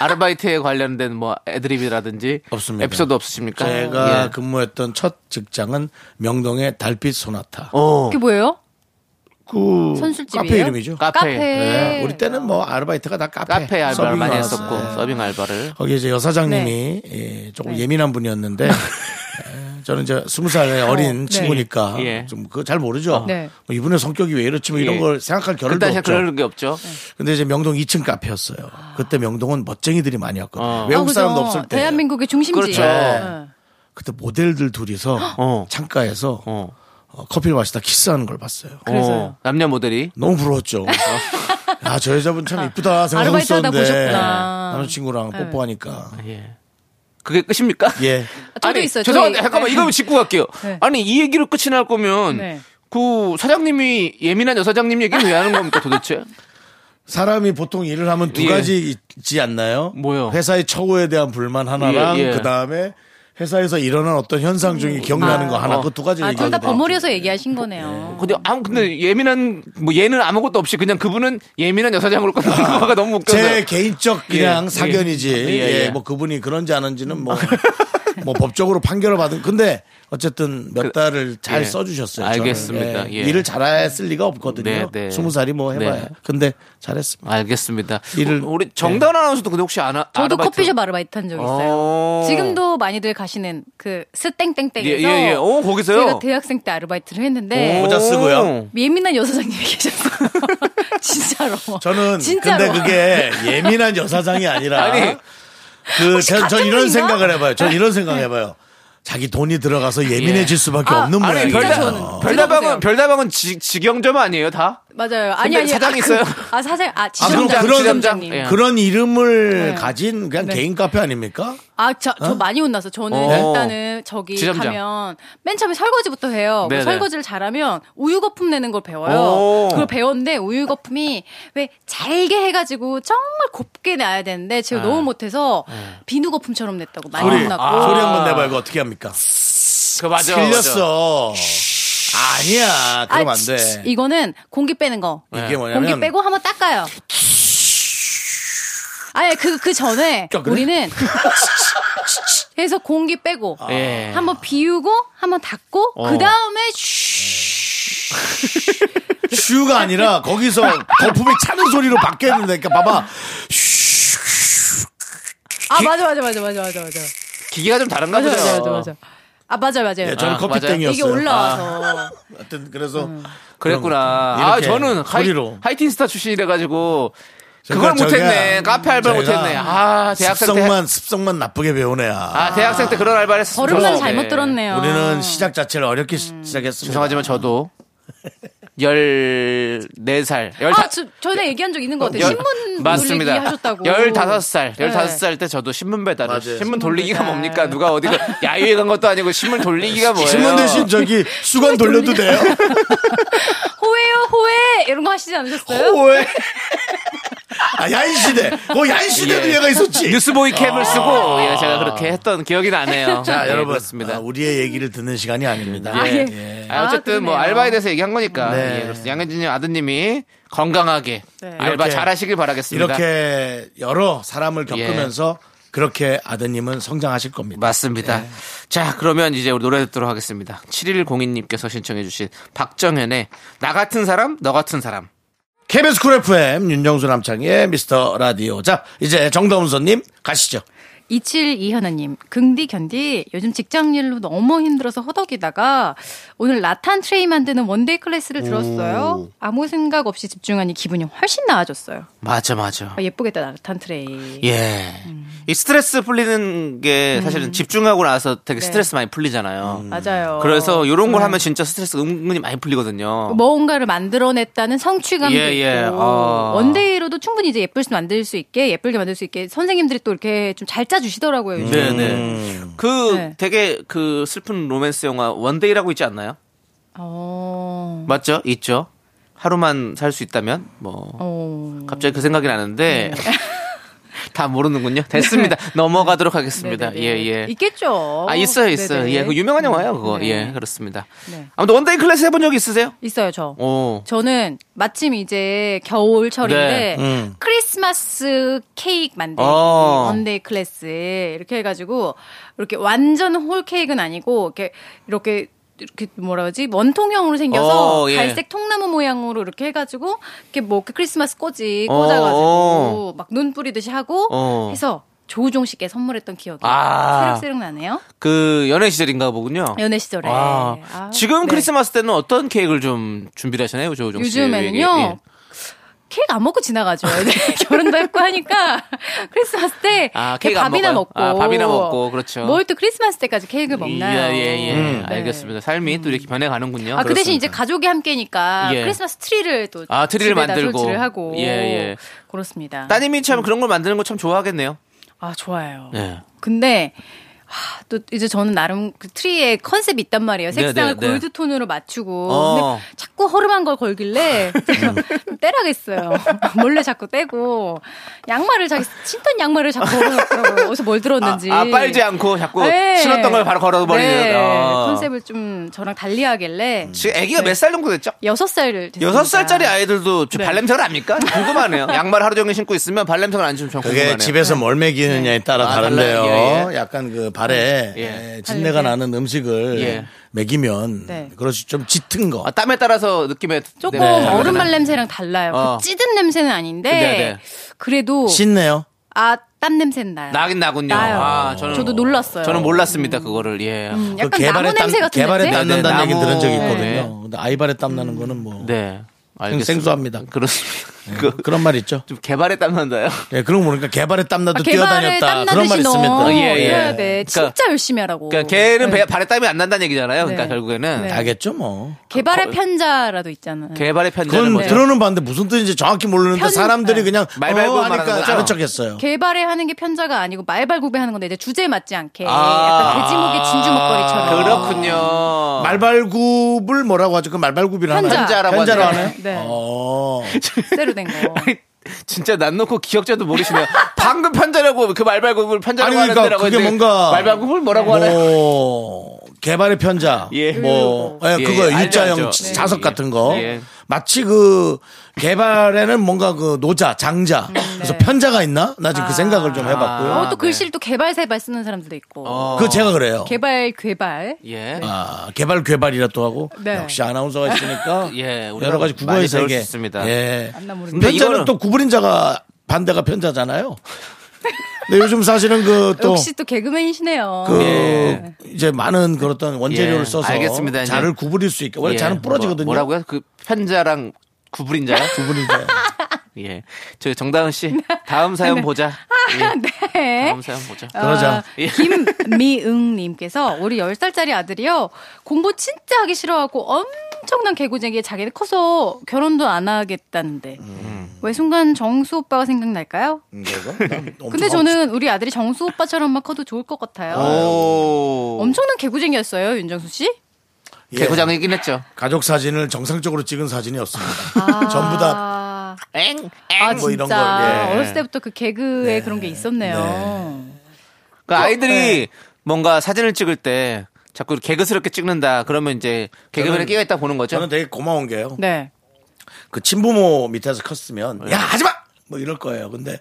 [SPEAKER 2] 아르바이트에 관련된 뭐 애드립이라든지
[SPEAKER 1] 없습니다.
[SPEAKER 2] 에피소드 없으십니까?
[SPEAKER 1] 제가 그
[SPEAKER 2] 예.
[SPEAKER 1] 근무했던 첫 직장은 명동의 달빛 소나타.
[SPEAKER 2] 어.
[SPEAKER 4] 그게 뭐예요?
[SPEAKER 1] 그
[SPEAKER 4] 선술집이에요?
[SPEAKER 1] 카페 이름이죠.
[SPEAKER 2] 카페.
[SPEAKER 4] 카페.
[SPEAKER 1] 네, 우리 때는 뭐 아르바이트가 다 카페,
[SPEAKER 2] 카페 알바를
[SPEAKER 1] 네. 서빙
[SPEAKER 2] 많이
[SPEAKER 1] 알바였어요.
[SPEAKER 2] 했었고
[SPEAKER 1] 네.
[SPEAKER 2] 서빙 알바를
[SPEAKER 1] 거기 이제 여사장님이 예, 조금 예민한 분이었는데 예, 저는 이제 스무 살의 어린
[SPEAKER 4] 네.
[SPEAKER 1] 친구니까
[SPEAKER 2] 예.
[SPEAKER 1] 좀 그거 잘 모르죠.
[SPEAKER 4] 네.
[SPEAKER 1] 뭐 이분의 성격이 왜 이렇지 뭐 이런
[SPEAKER 2] 예.
[SPEAKER 1] 걸 생각할 겨를도
[SPEAKER 2] 그때
[SPEAKER 1] 없죠.
[SPEAKER 2] 사실 그럴 게 없죠.
[SPEAKER 4] 네.
[SPEAKER 1] 근데 이제 명동 2층 카페였어요. 그때 명동은 멋쟁이들이 많이 왔거든요.
[SPEAKER 2] 어.
[SPEAKER 4] 아,
[SPEAKER 1] 외국
[SPEAKER 4] 그죠.
[SPEAKER 1] 사람도 없을 때.
[SPEAKER 4] 대한민국의 중심지.
[SPEAKER 2] 그렇죠.
[SPEAKER 4] 네.
[SPEAKER 1] 그때 모델들 둘이서
[SPEAKER 2] 어.
[SPEAKER 1] 창가에서
[SPEAKER 2] 어.
[SPEAKER 1] 어, 커피를 마시다 키스하는 걸 봤어요.
[SPEAKER 4] 그래서요?
[SPEAKER 2] 어, 남녀 모델이
[SPEAKER 1] 너무 부러웠죠. 아, 저 여자분 참 이쁘다 생각하고
[SPEAKER 4] 아르바이트 하다
[SPEAKER 1] 있었는데.
[SPEAKER 4] 보셨구나. 네. 아,
[SPEAKER 1] 남자친구랑 뽀뽀하니까.
[SPEAKER 2] 예. 그게 끝입니까?
[SPEAKER 1] 예.
[SPEAKER 4] 저도 있어요. 저희-
[SPEAKER 2] 죄송한데 잠깐만
[SPEAKER 4] 네.
[SPEAKER 2] 이거 짚고 갈게요.
[SPEAKER 4] 네.
[SPEAKER 2] 아니 이 얘기로 끝이 날 거면
[SPEAKER 4] 네.
[SPEAKER 2] 그 사장님이 예민한 여사장님 얘기는 왜 하는 겁니까 도대체?
[SPEAKER 1] 사람이 보통 일을 하면 두
[SPEAKER 2] 예.
[SPEAKER 1] 가지 있지 않나요?
[SPEAKER 2] 뭐요?
[SPEAKER 1] 회사의 처우에 대한 불만 하나랑
[SPEAKER 2] 예, 예.
[SPEAKER 1] 그다음에 회사에서 일어난 어떤 현상 중에 기억나는 거 하나
[SPEAKER 2] 어.
[SPEAKER 1] 그 두 가지
[SPEAKER 4] 음. 아, 둘 다
[SPEAKER 1] 얘기하고
[SPEAKER 4] 버무려서 얘기하신 거네요.
[SPEAKER 2] 근데 아무 근데 예민한 뭐 얘는 아무것도 없이 그냥 그분은 예민한 여사장으로 끝나는 거가 너무 웃겨서
[SPEAKER 1] 아, 제 개인적 그냥
[SPEAKER 2] 예,
[SPEAKER 1] 사견이지.
[SPEAKER 2] 예, 예.
[SPEAKER 1] 예, 뭐 그분이 그런지 아는지는 뭐, 뭐 법적으로 판결을 받은. 근데 어쨌든 몇
[SPEAKER 2] 그-
[SPEAKER 1] 달을 잘
[SPEAKER 2] 예.
[SPEAKER 1] 써주셨어요.
[SPEAKER 2] 알겠습니다.
[SPEAKER 1] 저는.
[SPEAKER 2] 예.
[SPEAKER 1] 일을 잘했을 리가 없거든요.
[SPEAKER 2] 네, 네.
[SPEAKER 1] 스무 살이 뭐 해봐야.
[SPEAKER 2] 네.
[SPEAKER 1] 근데 잘했습니다.
[SPEAKER 2] 알겠습니다.
[SPEAKER 1] 이를-
[SPEAKER 2] 우- 우리 정단
[SPEAKER 1] 네.
[SPEAKER 2] 아나운서도 근데 혹시 아나
[SPEAKER 4] 저도
[SPEAKER 2] 아르바이트-
[SPEAKER 4] 커피숍 아르바이트 한 적 있어요.
[SPEAKER 2] 어.
[SPEAKER 4] 지금도 많이들 가시는 그 스땡땡땡에서
[SPEAKER 2] 예, 예, 예. 어, 거기서요?
[SPEAKER 4] 제가 대학생 때 아르바이트를 했는데
[SPEAKER 1] 모자 쓰고요.
[SPEAKER 4] 예민한 여사장님이 계셨어요. 진짜로.
[SPEAKER 1] 저는
[SPEAKER 4] 진짜로.
[SPEAKER 1] 근데 그게 예민한 여사장이 아니라
[SPEAKER 2] 아니.
[SPEAKER 1] 그, 전, 전 이런
[SPEAKER 4] 가짜분인가? 네.
[SPEAKER 1] 생각을 해봐요. 전 이런 생각을 해봐요. 자기 돈이 들어가서 예민해질 수밖에
[SPEAKER 4] 아,
[SPEAKER 1] 없는
[SPEAKER 2] 아니
[SPEAKER 1] 모양이에요.
[SPEAKER 4] 별다-
[SPEAKER 2] 별다방
[SPEAKER 4] 저는-
[SPEAKER 2] 별다방은
[SPEAKER 4] 들어보세요.
[SPEAKER 2] 별다방은 지, 직영점 아니에요 다?
[SPEAKER 4] 맞아요. 아니 아니
[SPEAKER 2] 사장이
[SPEAKER 4] 아,
[SPEAKER 2] 있어요?
[SPEAKER 4] 아 사장 아
[SPEAKER 1] 그럼
[SPEAKER 4] 지점장
[SPEAKER 1] 그런-
[SPEAKER 4] 지점장님.
[SPEAKER 2] 예.
[SPEAKER 1] 그런 이름을
[SPEAKER 4] 네.
[SPEAKER 1] 가진 그냥
[SPEAKER 4] 네.
[SPEAKER 1] 개인 카페 아닙니까?
[SPEAKER 4] 아저 저 많이 혼나서 저는
[SPEAKER 2] 어.
[SPEAKER 4] 일단은 저기
[SPEAKER 2] 지점장.
[SPEAKER 4] 가면 맨 처음에 설거지부터 해요. 그
[SPEAKER 2] 네네.
[SPEAKER 4] 설거지를 잘하면 우유 거품 내는 걸 배워요.
[SPEAKER 2] 오.
[SPEAKER 4] 그걸 배웠는데 우유 거품이 왜 잘게 해가지고 정말 곱게 내야 되는데 제가
[SPEAKER 2] 네.
[SPEAKER 4] 너무 못해서 비누 거품처럼 냈다고 많이
[SPEAKER 1] 소리,
[SPEAKER 4] 혼났고.
[SPEAKER 2] 아,
[SPEAKER 1] 아, 소리 한 번 내봐요. 이거 어떻게 합니까?
[SPEAKER 2] 그 맞아.
[SPEAKER 1] 틀렸어. 아니야. 그럼
[SPEAKER 4] 아,
[SPEAKER 1] 안
[SPEAKER 4] 치,
[SPEAKER 1] 돼. 네.
[SPEAKER 4] 이거는 공기 빼는 거.
[SPEAKER 1] 이게 뭐냐면
[SPEAKER 4] 공기 빼고 한번 닦아요. 아예 그, 그 전에
[SPEAKER 1] 그래?
[SPEAKER 4] 우리는 해서 공기 빼고
[SPEAKER 1] 아.
[SPEAKER 2] 예.
[SPEAKER 4] 한번 비우고 한번 닦고
[SPEAKER 1] 어.
[SPEAKER 4] 그 다음에
[SPEAKER 1] 슈가 아니라 거기서 거품이 차는 소리로 바뀌었는데 그러니까 봐봐.
[SPEAKER 4] 아 맞아 맞아 맞아 맞아 맞아 맞아
[SPEAKER 2] 기계가 좀 다른가
[SPEAKER 4] 맞아
[SPEAKER 2] 보죠.
[SPEAKER 4] 맞아 맞아 맞아 아 맞아 맞아요.
[SPEAKER 1] 예, 저는
[SPEAKER 2] 아,
[SPEAKER 1] 커피땡이었어요. 아,
[SPEAKER 4] 이게 올라와서 음.
[SPEAKER 1] 하여튼 그래서
[SPEAKER 2] 그랬구나.
[SPEAKER 1] 그런 거.
[SPEAKER 2] 아
[SPEAKER 1] 이렇게
[SPEAKER 2] 저는 하이,
[SPEAKER 1] 소리로.
[SPEAKER 2] 하이틴스타 출신이라 가지고
[SPEAKER 1] 제가
[SPEAKER 2] 그걸 못했네.
[SPEAKER 1] 저기야,
[SPEAKER 2] 카페 알바 를
[SPEAKER 1] 제가
[SPEAKER 2] 못했네. 아 대학생 때.
[SPEAKER 1] 습성만 습성만 나쁘게 배우네야.
[SPEAKER 2] 아 대학생 때 그런 알바를 했었어.
[SPEAKER 4] 걸음만 잘못
[SPEAKER 2] 아,
[SPEAKER 4] 들었네요. 아,
[SPEAKER 1] 우리는 시작 자체를 어렵게 시- 시작했습니다.
[SPEAKER 2] 죄송하지만 저도 14살.
[SPEAKER 4] 아, 저, 전에 얘기한 적 있는 것 같아요. 신문 돌리기 하셨다고.
[SPEAKER 2] 15살.
[SPEAKER 4] 네.
[SPEAKER 2] 15살 때 저도 신문 배달을.
[SPEAKER 1] 맞아요.
[SPEAKER 2] 신문 돌리기가
[SPEAKER 4] 배달.
[SPEAKER 2] 뭡니까? 누가 어디 가 야유회 간 것도 아니고 신문 돌리기가 뭐예요?
[SPEAKER 1] 신문 대신 저기 수건 돌려도 돼요.
[SPEAKER 4] 호해요 호해 이런 거 하시지 않으셨어요?
[SPEAKER 1] 왜? 아 야인 시대. 어 야인 시대도
[SPEAKER 2] 예.
[SPEAKER 1] 얘가 있었지.
[SPEAKER 2] 뉴스보이 캡을 쓰고 예, 제가 그렇게 했던 기억이 나네요.
[SPEAKER 1] 아. 자
[SPEAKER 2] 예,
[SPEAKER 1] 여러분
[SPEAKER 2] 그렇습니다.
[SPEAKER 1] 아, 우리의 얘기를 듣는 시간이 아닙니다.
[SPEAKER 4] 아, 예.
[SPEAKER 1] 예.
[SPEAKER 2] 아, 어쨌든 뭐
[SPEAKER 4] 그러네요.
[SPEAKER 2] 알바에 대해서 얘기한 거니까
[SPEAKER 1] 네.
[SPEAKER 2] 예, 그렇습니다. 양현진님 아드님이 건강하게
[SPEAKER 4] 네.
[SPEAKER 2] 알바
[SPEAKER 1] 이렇게-
[SPEAKER 2] 잘하시길 바라겠습니다. 예.
[SPEAKER 1] 이렇게 여러 사람을 겪으면서 그렇게 아드님은 성장하실 겁니다.
[SPEAKER 2] 맞습니다.
[SPEAKER 1] 네.
[SPEAKER 2] 자, 그러면 이제 우리 노래 듣도록 하겠습니다. 7102님께서 신청해주신 박정현의 나 같은 사람, 너 같은 사람.
[SPEAKER 1] KBS 쿨 FM 윤정수 남창의 미스터 라디오. 자 이제 정다운서님 가시죠.
[SPEAKER 4] 272현아님, 긍디 견디, 요즘 직장일로 너무 힘들어서 허덕이다가 오늘 라탄 트레이 만드는 원데이 클래스를 들었어요. 아무 생각 없이 집중하니 기분이 훨씬 나아졌어요.
[SPEAKER 2] 맞아, 맞아.
[SPEAKER 4] 아, 예쁘겠다, 라탄 트레이.
[SPEAKER 2] 예.
[SPEAKER 4] 음.
[SPEAKER 2] 이 스트레스 풀리는 게 사실은 집중하고 나서 되게
[SPEAKER 4] 네.
[SPEAKER 2] 스트레스 많이 풀리잖아요.
[SPEAKER 4] 음. 맞아요. 네.
[SPEAKER 2] 그래서 이런 걸 하면 진짜 스트레스 은근히 많이 풀리거든요.
[SPEAKER 4] 뭐, 뭔가를 만들어냈다는 성취감도
[SPEAKER 2] 예, 예.
[SPEAKER 4] 있고
[SPEAKER 2] 아.
[SPEAKER 4] 원데이로도 충분히 이제 예쁠 수 만들 수 있게 예쁘게 만들 수 있게 선생님들이 또 이렇게 좀 잘 짜주시더라고요. 요즘.
[SPEAKER 2] 네, 네. 그
[SPEAKER 4] 네.
[SPEAKER 2] 되게 그 슬픈 로맨스 영화 원데이라고 있지 않나요?
[SPEAKER 4] 어.
[SPEAKER 2] 맞죠? 있죠. 하루만 살 수 있다면 뭐
[SPEAKER 4] 어.
[SPEAKER 2] 갑자기 그 생각이 나는데
[SPEAKER 4] 네.
[SPEAKER 2] 다 모르는군요. 됐습니다. 넘어가도록 하겠습니다.
[SPEAKER 4] 네네네.
[SPEAKER 2] 예, 예.
[SPEAKER 4] 있겠죠.
[SPEAKER 2] 아 있어요, 있어요.
[SPEAKER 4] 네네.
[SPEAKER 2] 예, 그 유명한 영화예요, 그거.
[SPEAKER 4] 네.
[SPEAKER 2] 예, 그렇습니다.
[SPEAKER 4] 네.
[SPEAKER 2] 아무튼 원데이 클래스 해본 적 있으세요?
[SPEAKER 4] 있어요, 저.
[SPEAKER 2] 오.
[SPEAKER 4] 저는 마침 이제 겨울철인데
[SPEAKER 2] 네,
[SPEAKER 4] 크리스마스 케이크 만들기
[SPEAKER 2] 어.
[SPEAKER 4] 원데이 클래스 이렇게 해가지고 이렇게 완전 홀 케이크는 아니고 이렇게 이렇게 이렇게 뭐라 그러지 원통형으로 생겨서
[SPEAKER 2] 어, 예.
[SPEAKER 4] 갈색 통나무 모양으로 이렇게 해가지고 이렇게 뭐 그 크리스마스 꽂이
[SPEAKER 2] 어,
[SPEAKER 4] 꽂아가지고 막 눈 뿌리듯이 하고
[SPEAKER 2] 어.
[SPEAKER 4] 해서 조우종 씨께 선물했던 기억이
[SPEAKER 2] 아.
[SPEAKER 4] 새록새록 나네요
[SPEAKER 2] 그 연애 시절인가 보군요.
[SPEAKER 4] 연애 시절에
[SPEAKER 2] 아,
[SPEAKER 4] 아,
[SPEAKER 2] 지금
[SPEAKER 4] 네.
[SPEAKER 2] 크리스마스 때는 어떤 케이크를 좀 준비를 하시나요, 조우종 씨?
[SPEAKER 4] 요즘에는요.
[SPEAKER 2] 예, 예.
[SPEAKER 4] 케이크 안 먹고 지나가죠. 이제 결혼도 했고 하니까 크리스마스 때
[SPEAKER 2] 아, 케이크 안
[SPEAKER 4] 밥이나
[SPEAKER 2] 먹어요?
[SPEAKER 4] 먹고
[SPEAKER 2] 아, 밥이나 먹고, 그렇죠.
[SPEAKER 4] 뭘 또 크리스마스 때까지 케이크를 먹나요?
[SPEAKER 2] 예, 예, 예.
[SPEAKER 4] 네.
[SPEAKER 2] 알겠습니다. 삶이 또 이렇게 변해가는군요.
[SPEAKER 4] 아, 그 대신
[SPEAKER 2] 그렇습니다.
[SPEAKER 4] 이제 가족이 함께니까
[SPEAKER 2] 예.
[SPEAKER 4] 크리스마스 트리를 또
[SPEAKER 2] 아, 트리를
[SPEAKER 4] 집에다
[SPEAKER 2] 만들고.
[SPEAKER 4] 설치를 하고
[SPEAKER 2] 예, 예.
[SPEAKER 4] 그렇습니다.
[SPEAKER 2] 따님이 참 그런 걸 만드는 거 참 좋아하겠네요.
[SPEAKER 4] 아, 좋아요.
[SPEAKER 2] 네.
[SPEAKER 4] 근데 하, 또 이제 저는 나름 그 트리에 컨셉이 있단 말이에요.
[SPEAKER 2] 네,
[SPEAKER 4] 색상을
[SPEAKER 2] 네, 네.
[SPEAKER 4] 골드 톤으로 맞추고
[SPEAKER 2] 어.
[SPEAKER 4] 근데 자꾸 허름한 걸 걸길래 제가 떼라겠어요. 몰래 자꾸 떼고 양말을 자기 신던 양말을 자꾸 걸어놨더라고요. 어디서 뭘
[SPEAKER 2] 아,
[SPEAKER 4] 들었는지.
[SPEAKER 2] 아, 빨지 않고 자꾸
[SPEAKER 4] 네.
[SPEAKER 2] 신었던 걸 바로 걸어버리는.
[SPEAKER 4] 네,
[SPEAKER 2] 어.
[SPEAKER 4] 컨셉을 좀 저랑 달리하길래
[SPEAKER 2] 지금 아기가
[SPEAKER 4] 네.
[SPEAKER 2] 몇 살 정도 됐죠?
[SPEAKER 4] 여섯 살
[SPEAKER 2] 여섯 살짜리 아이들도
[SPEAKER 4] 네.
[SPEAKER 2] 저 발냄새를 압니까? 궁금하네요. 양말 하루 종일 신고 있으면 발냄새가 안 주면 좀
[SPEAKER 1] 그게
[SPEAKER 2] 궁금하네요.
[SPEAKER 1] 집에서 뭘 먹이느냐에 따라
[SPEAKER 2] 아,
[SPEAKER 1] 다른데요.
[SPEAKER 2] 달라요. 예, 예.
[SPEAKER 1] 약간 그 발에
[SPEAKER 2] 예.
[SPEAKER 1] 예, 진내가
[SPEAKER 4] 발냄새.
[SPEAKER 1] 나는 음식을
[SPEAKER 2] 예.
[SPEAKER 1] 먹이면
[SPEAKER 4] 아, 네.
[SPEAKER 1] 그렇지 좀 짙은 거.
[SPEAKER 2] 아, 땀에 따라서 느낌에
[SPEAKER 4] 조금
[SPEAKER 2] 네.
[SPEAKER 4] 얼음말 냄새랑 달라요.
[SPEAKER 2] 어.
[SPEAKER 4] 그 찌든 냄새는 아닌데
[SPEAKER 2] 네, 네.
[SPEAKER 4] 그래도
[SPEAKER 1] 씻네요.
[SPEAKER 4] 아 땀 냄새는 나요.
[SPEAKER 2] 나긴 나군요.
[SPEAKER 4] 나요.
[SPEAKER 2] 아, 저는
[SPEAKER 4] 저도 놀랐어요.
[SPEAKER 2] 저는 몰랐습니다 그거를 예.
[SPEAKER 4] 음, 약간
[SPEAKER 1] 그 개발에
[SPEAKER 4] 나무 냄새 같은
[SPEAKER 1] 개발에
[SPEAKER 4] 냄새?
[SPEAKER 1] 땀 난다는
[SPEAKER 2] 네,
[SPEAKER 1] 얘기
[SPEAKER 2] 나무.
[SPEAKER 1] 들은 적이
[SPEAKER 2] 네.
[SPEAKER 1] 있거든요. 근데 아이발에 땀 나는 거는 뭐
[SPEAKER 2] 네. 알겠습니다.
[SPEAKER 1] 생소합니다.
[SPEAKER 2] 그렇습니다. 그,
[SPEAKER 1] 그런 말 있죠.
[SPEAKER 2] 좀 개발에 땀난다요.
[SPEAKER 1] 예, 그런 거 보니까 개발에 땀나도
[SPEAKER 4] 아, 개발에
[SPEAKER 1] 뛰어다녔다. 그런 말
[SPEAKER 4] 땀나듯이
[SPEAKER 1] 있습니다.
[SPEAKER 4] 너
[SPEAKER 2] 예, 예.
[SPEAKER 4] 해야 돼. 진짜
[SPEAKER 2] 그러니까-
[SPEAKER 4] 열심히 하라고.
[SPEAKER 2] 그러니까 걔는
[SPEAKER 4] 네.
[SPEAKER 2] 배- 발에 땀이 안 난다는 얘기잖아요. 그러니까
[SPEAKER 4] 네.
[SPEAKER 2] 결국에는
[SPEAKER 4] 네.
[SPEAKER 1] 알겠죠, 뭐.
[SPEAKER 4] 개발의 편자라도 있잖아요.
[SPEAKER 2] 개발의 편자는
[SPEAKER 1] 그건
[SPEAKER 2] 뭐죠?
[SPEAKER 1] 들어는 봤는데 무슨 뜻인지 정확히 모르는데
[SPEAKER 4] 편-
[SPEAKER 1] 사람들이
[SPEAKER 4] 네.
[SPEAKER 1] 그냥
[SPEAKER 2] 말 말고
[SPEAKER 1] 어,
[SPEAKER 2] 말하는
[SPEAKER 1] 하니까
[SPEAKER 2] 거죠?
[SPEAKER 1] 아는 척했어요.
[SPEAKER 4] 개발에 하는 게 편자가 아니고 말발굽에 하는 건데 이제 주제에 맞지 않게
[SPEAKER 2] 아.
[SPEAKER 4] 약간 돼지목의 진주 먹거리처럼
[SPEAKER 2] 그렇군요.
[SPEAKER 1] 말발굽을 뭐라고 하죠? 그 말발굽이라 하나요?
[SPEAKER 4] 어. 편자.
[SPEAKER 2] 편자라고
[SPEAKER 1] 편자로
[SPEAKER 2] 하죠.
[SPEAKER 1] 하나요?
[SPEAKER 4] 네.
[SPEAKER 1] 어.
[SPEAKER 4] 쇠로 된 거.
[SPEAKER 2] 진짜 난 놓고 기억자도 모르시네요. 방금 편자라고 그 말발굽을 편자라고
[SPEAKER 1] 아니, 그러니까
[SPEAKER 2] 하는데라고
[SPEAKER 1] 그게
[SPEAKER 2] 했는데
[SPEAKER 1] 뭔가
[SPEAKER 2] 말발굽을 뭐라고 하나요?
[SPEAKER 1] 뭐 개발의 편자,
[SPEAKER 2] 예.
[SPEAKER 1] 뭐 예,
[SPEAKER 2] 예,
[SPEAKER 1] 그거
[SPEAKER 2] 알죠,
[SPEAKER 1] 일자형
[SPEAKER 2] 알죠.
[SPEAKER 1] 지-
[SPEAKER 2] 네.
[SPEAKER 1] 자석
[SPEAKER 2] 예.
[SPEAKER 1] 같은 거
[SPEAKER 2] 예.
[SPEAKER 1] 마치 그 개발에는 뭔가 그 노자,
[SPEAKER 4] 음,
[SPEAKER 1] 장자,
[SPEAKER 4] 네.
[SPEAKER 1] 그래서 편자가 있나? 나 지금 그
[SPEAKER 4] 아.
[SPEAKER 1] 생각을 좀 해봤고요.
[SPEAKER 4] 어,
[SPEAKER 2] 아,
[SPEAKER 4] 또
[SPEAKER 2] 네.
[SPEAKER 4] 글씨를 또 개발 세발 쓰는 사람들도 있고.
[SPEAKER 1] 그 제가 그래요.
[SPEAKER 4] 개발 괴발.
[SPEAKER 2] 예.
[SPEAKER 1] 아, 개발 괴발이라 또 하고
[SPEAKER 4] 네.
[SPEAKER 1] 역시 아나운서가 있으니까
[SPEAKER 2] 예, 우리가
[SPEAKER 1] 여러 가지
[SPEAKER 2] 많이
[SPEAKER 1] 국어의
[SPEAKER 2] 배울
[SPEAKER 1] 세계.
[SPEAKER 2] 수 있습니다.
[SPEAKER 1] 예.
[SPEAKER 4] 안나 모르는
[SPEAKER 2] 근데
[SPEAKER 1] 편자는
[SPEAKER 2] 이거는-
[SPEAKER 1] 또 구부린자가 반대가 편자잖아요. 근데 요즘 사실은 그또
[SPEAKER 4] 역시 또 개그맨이시네요.
[SPEAKER 1] 그 이제 많은 그런 어떤 원재료를
[SPEAKER 2] 예,
[SPEAKER 1] 써서
[SPEAKER 2] 알겠습니다. 이제.
[SPEAKER 1] 자를 구부릴 수 있게 원래
[SPEAKER 2] 예.
[SPEAKER 1] 자는 부러지거든요.
[SPEAKER 2] 뭐, 뭐라고요? 그 편자랑 구부린자요?
[SPEAKER 1] 구부린자.
[SPEAKER 2] 예. 저 정다은 씨 다음
[SPEAKER 1] 네.
[SPEAKER 2] 사연 보자.
[SPEAKER 1] 아,
[SPEAKER 2] 예.
[SPEAKER 4] 네.
[SPEAKER 2] 다음 사연 보자.
[SPEAKER 1] 그러자.
[SPEAKER 2] 예.
[SPEAKER 4] 김미응님께서 우리 10살짜리 아들이요. 공부 진짜 하기 싫어하고 엄청난 개구쟁이에 자기는 커서 결혼도 안 하겠다는데.
[SPEAKER 1] 음.
[SPEAKER 4] 왜 순간 정수 오빠가 생각날까요?
[SPEAKER 2] 음,
[SPEAKER 4] 근데 저는 우리 아들이 정수 오빠처럼만 커도 좋을 것
[SPEAKER 1] 어.
[SPEAKER 4] 같아요.
[SPEAKER 2] 오.
[SPEAKER 4] 엄청난 개구쟁이였어요, 윤정수 씨?
[SPEAKER 1] 예.
[SPEAKER 2] 개구장이긴 했죠.
[SPEAKER 1] 가족 사진을 정상적으로 찍은 사진이 없습니다.
[SPEAKER 4] 아.
[SPEAKER 1] 전부 다
[SPEAKER 2] 엥.
[SPEAKER 4] 아,
[SPEAKER 1] 뭐 이런
[SPEAKER 4] 진짜.
[SPEAKER 1] 걸, 예. 네.
[SPEAKER 4] 어렸을 때부터 그 개그에 그런 게 있었네요.
[SPEAKER 2] 그
[SPEAKER 1] 어, 네.
[SPEAKER 2] 아이들이 뭔가 사진을 찍을 때 자꾸 개그스럽게 찍는다. 그러면 이제 개그맨의
[SPEAKER 1] 저는-
[SPEAKER 2] 끼가 있다 보는 거죠.
[SPEAKER 1] 저는 되게 고마운 게요.
[SPEAKER 4] 네.
[SPEAKER 1] 그 친부모 밑에서 컸으면 야 하지 마. 뭐 이럴 거예요. 근데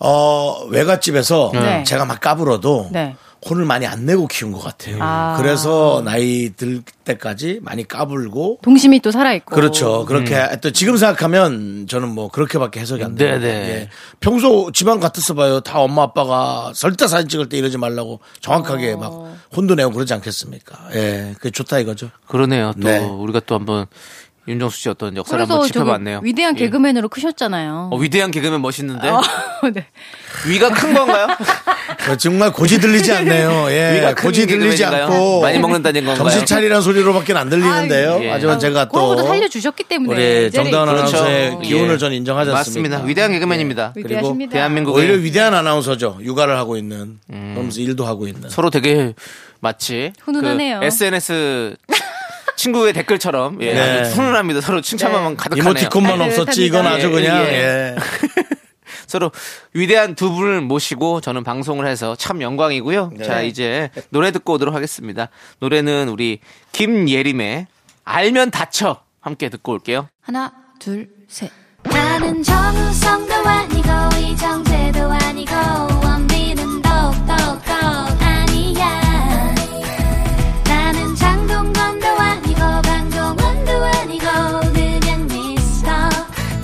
[SPEAKER 1] 어 외갓집에서
[SPEAKER 4] 네.
[SPEAKER 1] 제가 막 까불어도
[SPEAKER 4] 네.
[SPEAKER 1] 혼을 많이 안 내고 키운 것 같아요.
[SPEAKER 4] 아.
[SPEAKER 1] 그래서 나이 들 때까지 많이 까불고
[SPEAKER 4] 동심이 또 살아있고.
[SPEAKER 1] 그렇죠. 그렇게 또 지금 생각하면 저는 뭐 그렇게밖에 해석이 안 돼요.
[SPEAKER 2] 네네.
[SPEAKER 1] 예. 평소 집안 같았어 봐요. 다 엄마 아빠가 설사 사진 찍을 때 이러지 말라고
[SPEAKER 4] 어.
[SPEAKER 1] 정확하게 막 혼도 내고 그러지 않겠습니까? 예, 그게 좋다 이거죠.
[SPEAKER 2] 그러네요. 또
[SPEAKER 1] 네.
[SPEAKER 2] 우리가 또 한번 윤정수 씨 어떤 역사를
[SPEAKER 4] 그래서
[SPEAKER 2] 한번
[SPEAKER 4] 저
[SPEAKER 2] 짚어봤네요.
[SPEAKER 4] 위대한
[SPEAKER 2] 뭐 예.
[SPEAKER 4] 개그맨으로 크셨잖아요.
[SPEAKER 2] 어, 위대한 개그맨 멋있는데 그렇죠.
[SPEAKER 4] 어, 네.
[SPEAKER 2] 위가 큰 건가요?
[SPEAKER 1] 그 정말 고지 들리지 않네요. 예,
[SPEAKER 2] 위가 큰
[SPEAKER 1] 고지 들리지
[SPEAKER 2] 개그맨인가요?
[SPEAKER 1] 않고
[SPEAKER 2] 많이 먹는다는 건가요?
[SPEAKER 1] 정신 차리라는 소리로밖에 안 들리는데요.
[SPEAKER 2] 아유, 예.
[SPEAKER 1] 하지만 제가
[SPEAKER 4] 그런 것도
[SPEAKER 1] 또
[SPEAKER 4] 살려주셨기 때문에. 어.
[SPEAKER 1] 우리 정다운
[SPEAKER 2] 그렇죠.
[SPEAKER 1] 아나운서의
[SPEAKER 2] 예.
[SPEAKER 1] 기운을 전 인정하지 않습니까?
[SPEAKER 2] 맞습니다. 위대한 개그맨입니다.
[SPEAKER 4] 예. 위대하십니다
[SPEAKER 2] 대한민국
[SPEAKER 1] 오히려 위대한 아나운서죠. 육아를 하고 있는,
[SPEAKER 2] 음.
[SPEAKER 1] 그러면서 일도 하고 있는.
[SPEAKER 2] 서로 되게 마치
[SPEAKER 4] 훈훈하네요.
[SPEAKER 2] 그 SNS 친구의 댓글처럼 예,
[SPEAKER 1] 네.
[SPEAKER 2] 아주 훈훈합니다. 서로 칭찬만 가득하네요.
[SPEAKER 1] 이모티콘만
[SPEAKER 4] 아,
[SPEAKER 1] 없었지 이건
[SPEAKER 4] 그렇답니다.
[SPEAKER 1] 아주
[SPEAKER 2] 예,
[SPEAKER 1] 그냥
[SPEAKER 2] 예.
[SPEAKER 1] 예.
[SPEAKER 2] 서로 위대한 두 분을 모시고 저는 방송을 해서 참 영광이고요.
[SPEAKER 4] 네.
[SPEAKER 2] 자, 이제 노래 듣고 오도록 하겠습니다. 노래는 우리 김예림의 알면 다쳐 함께 듣고 올게요.
[SPEAKER 4] 하나, 둘, 셋.
[SPEAKER 6] 나는 정우성도 아니고 이정재도 아니고 원빈은 더욱더 아니야 나는 장동건도 아니고 강동원도 아니고 그냥 미스터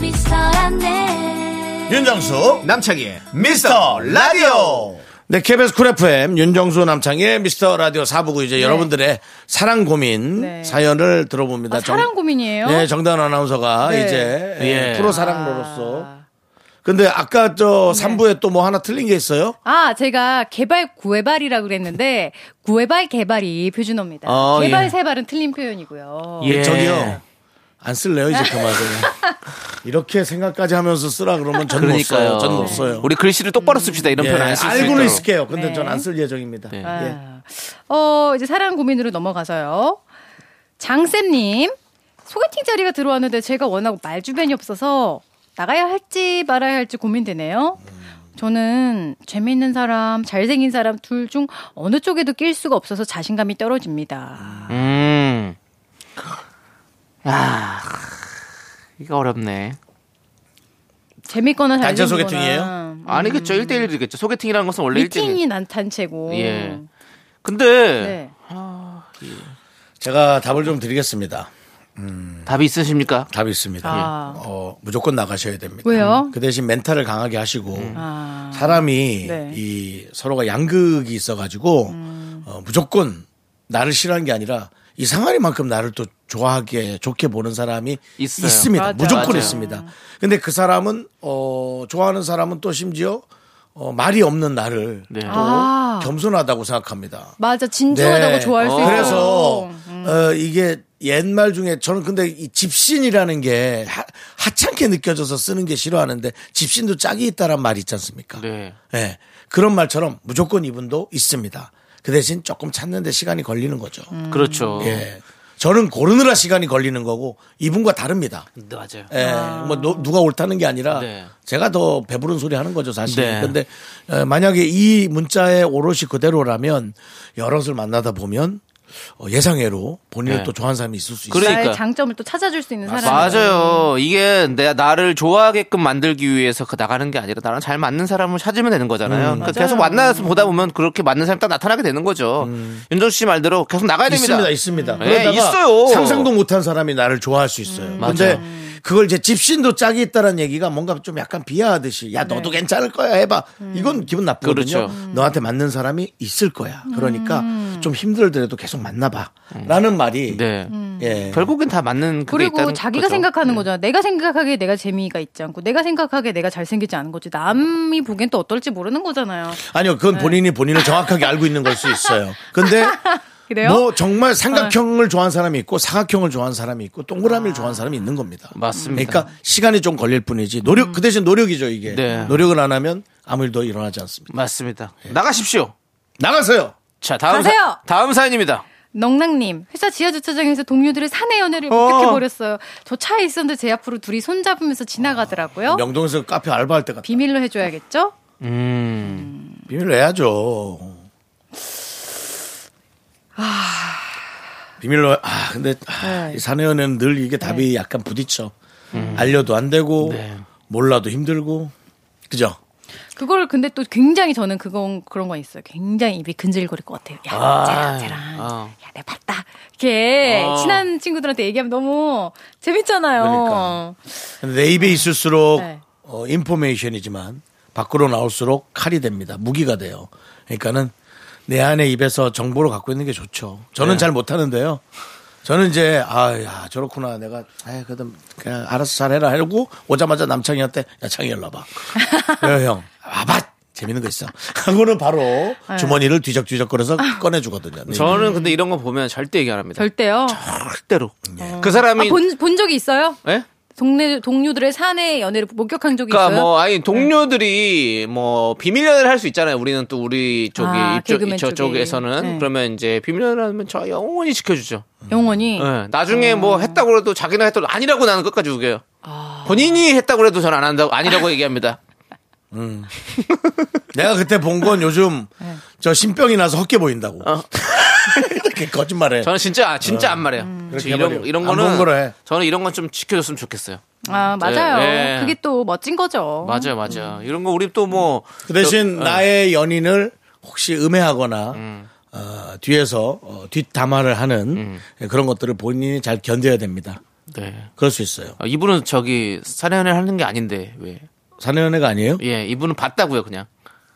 [SPEAKER 6] 미스터란데
[SPEAKER 1] 윤정수 남창희의 미스터 라디오 네, KBS 쿨 FM 윤정수 남창희의 미스터 라디오 사부고
[SPEAKER 2] 네.
[SPEAKER 1] 이제 여러분들의 사랑 고민
[SPEAKER 4] 네.
[SPEAKER 1] 사연을 들어봅니다.
[SPEAKER 4] 아, 사랑
[SPEAKER 1] 정-
[SPEAKER 4] 고민이에요?
[SPEAKER 1] 네, 정다은 아나운서가
[SPEAKER 4] 네. 아.
[SPEAKER 1] 이제 예,
[SPEAKER 2] 예.
[SPEAKER 1] 프로 사랑로로서 근데 아까 저
[SPEAKER 4] 네.
[SPEAKER 1] 3부에 또 뭐 하나 틀린 게 있어요?
[SPEAKER 4] 아, 제가 개발 구애발이라고 그랬는데, 구애발 개발이 표준어입니다.
[SPEAKER 1] 아,
[SPEAKER 2] 어,
[SPEAKER 4] 개발
[SPEAKER 2] 예.
[SPEAKER 4] 세발은 틀린 표현이고요.
[SPEAKER 2] 예.
[SPEAKER 1] 저기요. 안 쓸래요, 이제 그만. 이렇게 생각까지 하면서 쓰라 그러면 전 못 써요.
[SPEAKER 2] 그러니까요.
[SPEAKER 1] 전 못 써요.
[SPEAKER 2] 우리 글씨를 똑바로 씁시다. 이런
[SPEAKER 1] 예,
[SPEAKER 2] 표현 안쓸수
[SPEAKER 1] 알고는
[SPEAKER 2] 있도록.
[SPEAKER 1] 있을게요. 근데
[SPEAKER 4] 네.
[SPEAKER 1] 전 안 쓸 예정입니다.
[SPEAKER 2] 네.
[SPEAKER 1] 예.
[SPEAKER 4] 아. 어, 이제 사랑 고민으로 넘어가서요. 장쌤님, 소개팅 자리가 들어왔는데 제가 워낙 말 주변이 없어서 나가야 할지 말아야 할지 고민되네요. 저는 재밌는 사람, 잘생긴 사람 둘 중 어느 쪽에도 낄 수가 없어서 자신감이 떨어집니다.
[SPEAKER 2] 음. 아. 이거 어렵네.
[SPEAKER 4] 재밌거나
[SPEAKER 1] 단체
[SPEAKER 4] 잘생기거나.
[SPEAKER 1] 소개팅이에요?
[SPEAKER 2] 아니겠죠.
[SPEAKER 4] 음.
[SPEAKER 2] 1대1이겠죠. 소개팅이라는 것은 원래 1대1.
[SPEAKER 4] 미팅이 난 단체고.
[SPEAKER 2] 예. 근데
[SPEAKER 4] 네.
[SPEAKER 1] 제가 답을 좀 드리겠습니다.
[SPEAKER 2] 답이 있으십니까?
[SPEAKER 1] 답이 있습니다.
[SPEAKER 4] 아.
[SPEAKER 1] 어, 무조건 나가셔야 됩니다.
[SPEAKER 4] 왜요?
[SPEAKER 1] 그 대신 멘탈을 강하게 하시고
[SPEAKER 4] 아.
[SPEAKER 1] 사람이
[SPEAKER 4] 네.
[SPEAKER 1] 이 서로가 양극이
[SPEAKER 4] 음.
[SPEAKER 1] 있어가지고 어, 무조건 나를 싫어하는 게 아니라 이 상아리만큼 나를 또 좋아하게 좋게 보는 사람이
[SPEAKER 2] 있어요.
[SPEAKER 1] 습니다
[SPEAKER 4] 맞아요.
[SPEAKER 1] 무조건
[SPEAKER 2] 맞아요.
[SPEAKER 1] 있습니다. 근데 그 사람은 어 좋아하는 사람은 또 심지어 어, 말이 없는 나를
[SPEAKER 2] 네.
[SPEAKER 1] 또
[SPEAKER 4] 아.
[SPEAKER 1] 겸손하다고 생각합니다.
[SPEAKER 4] 맞아 진중하다고
[SPEAKER 1] 어? 네.
[SPEAKER 4] 좋아할 수
[SPEAKER 2] 어.
[SPEAKER 4] 있어요.
[SPEAKER 1] 그래서 어, 이게 옛말 중에 저는 근데 이 집신이라는 게 하, 하찮게 느껴져서 쓰는 게 싫어하는데 집신도 짝이 있다란 말이 있지 않습니까?
[SPEAKER 2] 네.
[SPEAKER 1] 예. 그런 말처럼 무조건 이분도 있습니다. 그 대신 조금 찾는데 시간이 걸리는 거죠.
[SPEAKER 2] 그렇죠.
[SPEAKER 1] 예. 저는 고르느라 시간이 걸리는 거고 이분과 다릅니다.
[SPEAKER 2] 네, 맞아요.
[SPEAKER 1] 예. 뭐 노- 누가 옳다는 게 아니라
[SPEAKER 2] 네.
[SPEAKER 1] 제가 더 배부른 소리 하는 거죠 사실.
[SPEAKER 2] 네.
[SPEAKER 1] 근데 에, 만약에 이 문자의 오롯이 그대로라면 여럿을 만나다 보면 어, 예상외로 본인을
[SPEAKER 2] 네.
[SPEAKER 1] 또 좋아하는 사람이 있을 수 있어요.
[SPEAKER 2] 그러니까.
[SPEAKER 4] 나의 장점을 또 찾아줄 수 있는 사람.
[SPEAKER 2] 맞아요. 이게 내 나를 좋아하게끔 만들기 위해서 그 나가는 게 아니라 나랑 잘 맞는 사람을 찾으면 되는 거잖아요. 그러니까 계속 만나서 보다 보면 그렇게 맞는 사람이 딱 나타나게 되는 거죠. 윤정수 씨 말대로 계속 나가야 됩니다.
[SPEAKER 1] 있습니다, 있습니다.
[SPEAKER 2] 예, 있어요. 음,
[SPEAKER 1] 상상도 못한 사람이 나를 좋아할 수 있어요. 근데 그걸 이제 집신도 짝이 있다는 얘기가 뭔가 좀 약간 비하하듯이 야 너도 괜찮을 거야 해봐. 이건 기분 나쁘거든요.
[SPEAKER 2] 네.
[SPEAKER 1] 음.
[SPEAKER 2] 음. 그렇죠. 음.
[SPEAKER 1] 너한테 맞는 사람이 있을 거야. 그러니까 좀 힘들더라도 계속 만나봐라는 말이
[SPEAKER 2] 네.
[SPEAKER 1] 예.
[SPEAKER 2] 결국엔 다 맞는 그게
[SPEAKER 4] 그리고
[SPEAKER 2] 있다는
[SPEAKER 4] 자기가
[SPEAKER 2] 거죠.
[SPEAKER 4] 생각하는
[SPEAKER 2] 네.
[SPEAKER 4] 거잖아. 내가 생각하기에 내가 재미가 있지 않고 내가 생각하기에 내가 잘생기지 않은 거지. 남이 보기엔 또 어떨지 모르는 거잖아요.
[SPEAKER 1] 아니요 그건
[SPEAKER 4] 네.
[SPEAKER 1] 본인이 본인을 정확하게 알고 있는 걸 수 있어요. 근데
[SPEAKER 4] 그래요? 어.
[SPEAKER 1] 뭐 정말 삼각형을 좋아하는 사람이 있고 사각형을 좋아하는 사람이 있고 동그라미를 좋아하는 사람이 있는 겁니다.
[SPEAKER 2] 맞습니다.
[SPEAKER 1] 그러니까 시간이 좀 걸릴 뿐이지 노력 그 대신 노력이죠 이게
[SPEAKER 2] 네.
[SPEAKER 1] 노력을 안 하면 아무 일도 일어나지 않습니다.
[SPEAKER 2] 맞습니다. 나가십시오.
[SPEAKER 1] 나가세요.
[SPEAKER 2] 자, 다음
[SPEAKER 4] 가세요!
[SPEAKER 2] 사, 다음 사연입니다.
[SPEAKER 4] 넉낭님, 회사 지하 주차장에서 동료들의 사내 연애를 목격해 버렸어요. 저 차에 있었는데 제 앞으로 둘이 손 잡으면서 지나가더라고요.
[SPEAKER 1] 명동에서 카페 알바할 때가
[SPEAKER 4] 비밀로 해줘야겠죠?
[SPEAKER 1] 비밀로 해야죠. 비밀로 아 근데 아,
[SPEAKER 4] 아. 네.
[SPEAKER 1] 이 사내연애는 늘 이게 답이 약간 부딪혀 알려도 안 되고 몰라도 힘들고 그죠?
[SPEAKER 4] 그걸 근데 또 굉장히 저는 그건 그런 건 있어요. 굉장히 입이 근질거릴 것 같아요. 야, 쟤랑 쟤랑,
[SPEAKER 2] 어.
[SPEAKER 4] 야, 내가 봤다. 이렇게
[SPEAKER 2] 어.
[SPEAKER 4] 친한 친구들한테 얘기하면 너무 재밌잖아요.
[SPEAKER 1] 그러니까. 근데 내 입에 있을수록
[SPEAKER 4] 네.
[SPEAKER 1] 어, 인포메이션이지만 밖으로 나올수록 칼이 됩니다. 무기가 돼요. 그러니까는 내 안에 입에서 정보를 갖고 있는 게 좋죠. 저는
[SPEAKER 2] 네.
[SPEAKER 1] 잘 못하는데요. 저는 이제 아야 저렇구나 내가 아 그럼 그냥 알아서 잘해라 하고 오자마자 남창이한테 야 창이 일로 와봐. 야형 아밭 재밌는 거 있어. 하고는 바로 주머니를 뒤적뒤적거려서 꺼내주거든요. 네.
[SPEAKER 2] 저는 근데 이런 거 보면 절대 얘기 안 합니다.
[SPEAKER 4] 절대요. 아,
[SPEAKER 2] 절대로.
[SPEAKER 1] 네.
[SPEAKER 2] 그 사람이
[SPEAKER 4] 본, 본 적이 있어요?
[SPEAKER 2] 예?
[SPEAKER 4] 동네 동료들의 사내 연애를 목격한 적이
[SPEAKER 2] 그러니까
[SPEAKER 4] 있어요? 네.
[SPEAKER 2] 뭐 아니 동료들이 뭐 비밀 연애를 할 수 있잖아요. 우리는 또 우리 쪽이
[SPEAKER 4] 아,
[SPEAKER 2] 이쪽
[SPEAKER 4] 개그맨
[SPEAKER 2] 저쪽에서는
[SPEAKER 4] 쪽이. 네.
[SPEAKER 2] 그러면 이제 비밀 연애를 하면 저 영원히 지켜주죠.
[SPEAKER 4] 영원히.
[SPEAKER 2] 예,
[SPEAKER 4] 아.
[SPEAKER 2] 나중에 뭐 했다고 해도 자기는 했다고 해도 아니라고 나는 끝까지 우겨요.
[SPEAKER 4] 아.
[SPEAKER 2] 본인이 했다고 해도 저는 안 한다고 아니라고 얘기합니다.
[SPEAKER 1] 내가 그때 본 건 요즘 저 신병이 나서 헛게 보인다고
[SPEAKER 2] 어.
[SPEAKER 1] 이렇게 거짓말해.
[SPEAKER 2] 저는 진짜 진짜 안 말해요.
[SPEAKER 1] 어.
[SPEAKER 4] 음.
[SPEAKER 1] 그렇게
[SPEAKER 2] 저 이런
[SPEAKER 1] 해버려.
[SPEAKER 2] 이런
[SPEAKER 1] 안
[SPEAKER 2] 거는
[SPEAKER 1] 본 거로 해.
[SPEAKER 2] 저는 이런 건 좀 지켜줬으면 좋겠어요.
[SPEAKER 4] 아 맞아요.
[SPEAKER 2] 네, 네.
[SPEAKER 4] 그게 또 멋진 거죠.
[SPEAKER 2] 맞아요,
[SPEAKER 4] 음.
[SPEAKER 2] 맞아요. 이런 거 우리 또 뭐
[SPEAKER 1] 그 대신 나의 연인을 혹시 음해하거나 어, 뒤에서 어, 뒷담화를
[SPEAKER 2] 음.
[SPEAKER 1] 하는 예, 그런 것들을 본인이 잘 견뎌야 됩니다.
[SPEAKER 2] 네.
[SPEAKER 1] 그럴 수 있어요.
[SPEAKER 2] 아, 이분은 저기 사내연애 하는 게 아닌데 왜?
[SPEAKER 1] 사내연애가 아니에요?
[SPEAKER 2] 예, 이분은 봤다고요, 그냥.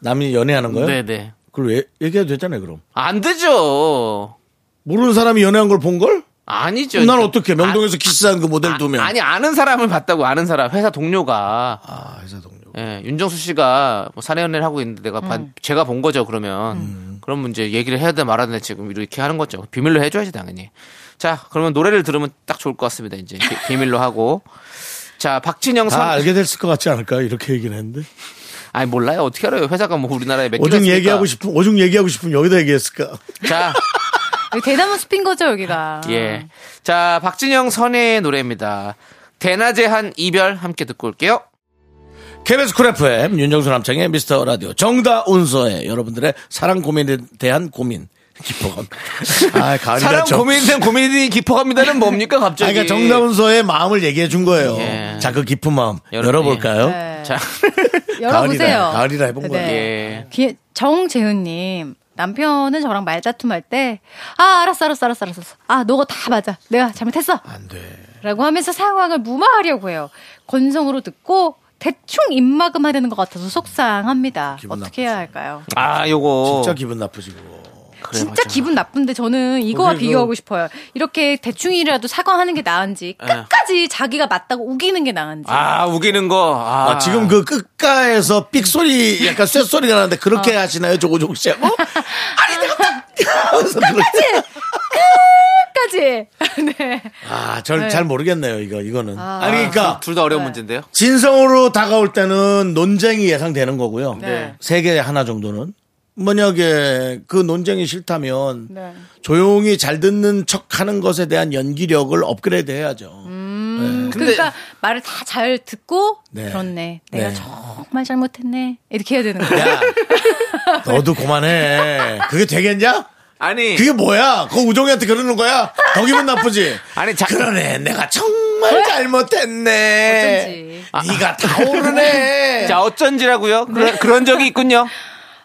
[SPEAKER 1] 남이 연애하는 거예요?
[SPEAKER 2] 네, 네.
[SPEAKER 1] 그걸 왜 얘기해도 되잖아요. 그럼
[SPEAKER 2] 안 되죠.
[SPEAKER 1] 모르는 사람이 연애한 걸 본 걸?
[SPEAKER 2] 아니죠.
[SPEAKER 1] 그럼 난
[SPEAKER 2] 그러니까
[SPEAKER 1] 어떻게 명동에서 키스한 그 모델 두 명?
[SPEAKER 2] 아, 아니 아는 사람을 봤다고 아는 사람 회사 동료가
[SPEAKER 1] 아, 회사 동료.
[SPEAKER 2] 예, 윤정수 씨가 뭐 사내연애를 하고 있는데 내가 반- 제가 본 거죠 그러면
[SPEAKER 1] 음.
[SPEAKER 2] 그럼 이제 얘기를 해야 돼 말아야 돼 지금 이렇게 하는 거죠 비밀로 해줘야지 당연히 자 그러면 노래를 들으면 딱 좋을 것 같습니다 이제 비, 밀로 하고 자 박진영
[SPEAKER 1] 다
[SPEAKER 2] 선
[SPEAKER 1] 아, 알게 됐을 것 같지 않을까요? 이렇게 얘기를 했는데
[SPEAKER 2] 네, 아니 몰라요 어떻게 알아요 회사가 뭐 우리나라에 몇
[SPEAKER 1] 오죽
[SPEAKER 2] 개가
[SPEAKER 1] 얘기하고 싶은 오죽 얘기하고 싶으면 여기다 얘기했을까?
[SPEAKER 2] 자
[SPEAKER 4] 여기 대담한 숲인 거죠 여기가.
[SPEAKER 2] 예. 자, 박진영 선혜의 노래입니다. 대낮에 한 이별 함께 듣고 올게요.
[SPEAKER 1] KBS 쿨 FM 윤정수 남창의 미스터 라디오 정다 운서의 여러분들의 사랑 고민에 대한 고민 깊어갑니다. 아 가을이라
[SPEAKER 2] 사랑
[SPEAKER 1] 좀.
[SPEAKER 2] 고민된 고민이 깊어갑니다는 뭡니까,
[SPEAKER 1] 아니,
[SPEAKER 2] 갑자기?
[SPEAKER 1] 그러니까 정다 운서의 마음을 얘기해 준 거예요.
[SPEAKER 2] 예.
[SPEAKER 1] 자 그 깊은 마음
[SPEAKER 2] 여러-
[SPEAKER 1] 열어볼까요?
[SPEAKER 4] 네.
[SPEAKER 2] 자,
[SPEAKER 4] 열어보세요. 네.
[SPEAKER 1] 가을이라- 가을이라 해본 거예요.
[SPEAKER 2] 예.
[SPEAKER 4] 기- 정재은님 남편은 저랑 말다툼할 때 아 알았어 알았어 알았어 알았어 아 너가 다 맞아 내가 잘못했어
[SPEAKER 1] 안 돼.
[SPEAKER 4] 라고 하면서 상황을 무마하려고 해요 건성으로 듣고 대충 입막음 하려는 것 같아서 속상합니다
[SPEAKER 1] 기분
[SPEAKER 4] 어떻게 해야 할까요
[SPEAKER 2] 아, 요거.
[SPEAKER 1] 진짜 기분 나쁘지 그거.
[SPEAKER 2] 그래요,
[SPEAKER 4] 진짜
[SPEAKER 2] 맞아요.
[SPEAKER 4] 기분 나쁜데 저는 이거와
[SPEAKER 1] 그게 그-
[SPEAKER 4] 비교하고 싶어요. 이렇게 대충이라도 사과하는 게 나은지 끝까지 자기가 맞다고 우기는 게 나은지.
[SPEAKER 2] 아 우기는 거. 아,
[SPEAKER 1] 아, 지금 그 끝가에서 삑소리, 약간 쇳소리가 나는데
[SPEAKER 4] 아.
[SPEAKER 1] 그렇게 하시나요? 조고조고 씨. 어? 아니, 내가 딱! 하면서 그렇게.
[SPEAKER 4] 끝까지. 네.
[SPEAKER 1] 아, 절 잘 모르겠네요, 이거, 이거는. 아, 니 그러니까.
[SPEAKER 2] 둘 다
[SPEAKER 4] 네.
[SPEAKER 2] 어려운 문제인데요.
[SPEAKER 1] 진성으로 다가올 때는 논쟁이 예상되는 거고요.
[SPEAKER 4] 네.
[SPEAKER 1] 세 개 하나 정도는. 만약에 그 논쟁이 싫다면
[SPEAKER 4] 네.
[SPEAKER 1] 조용히 잘 듣는 척 하는 것에 대한 연기력을 업그레이드 해야죠.
[SPEAKER 4] 음. 그러니까 말을 다 잘 듣고
[SPEAKER 1] 네.
[SPEAKER 4] 그렇네. 내가
[SPEAKER 1] 네.
[SPEAKER 4] 정말 잘못했네. 이렇게 해야 되는 거예요.
[SPEAKER 1] 야, 너도 그만해. 그게 되겠냐?
[SPEAKER 2] 아니
[SPEAKER 1] 그게 뭐야? 그거 우종이한테 그러는 거야? 더 기분 나쁘지?
[SPEAKER 2] 아니, 자-
[SPEAKER 1] 그러네. 내가 정말 잘못했네. 아,
[SPEAKER 4] 어쩐지.
[SPEAKER 1] 네가 다 오르네.
[SPEAKER 2] 자 어쩐지라고요. 그런 그런 적이 있군요.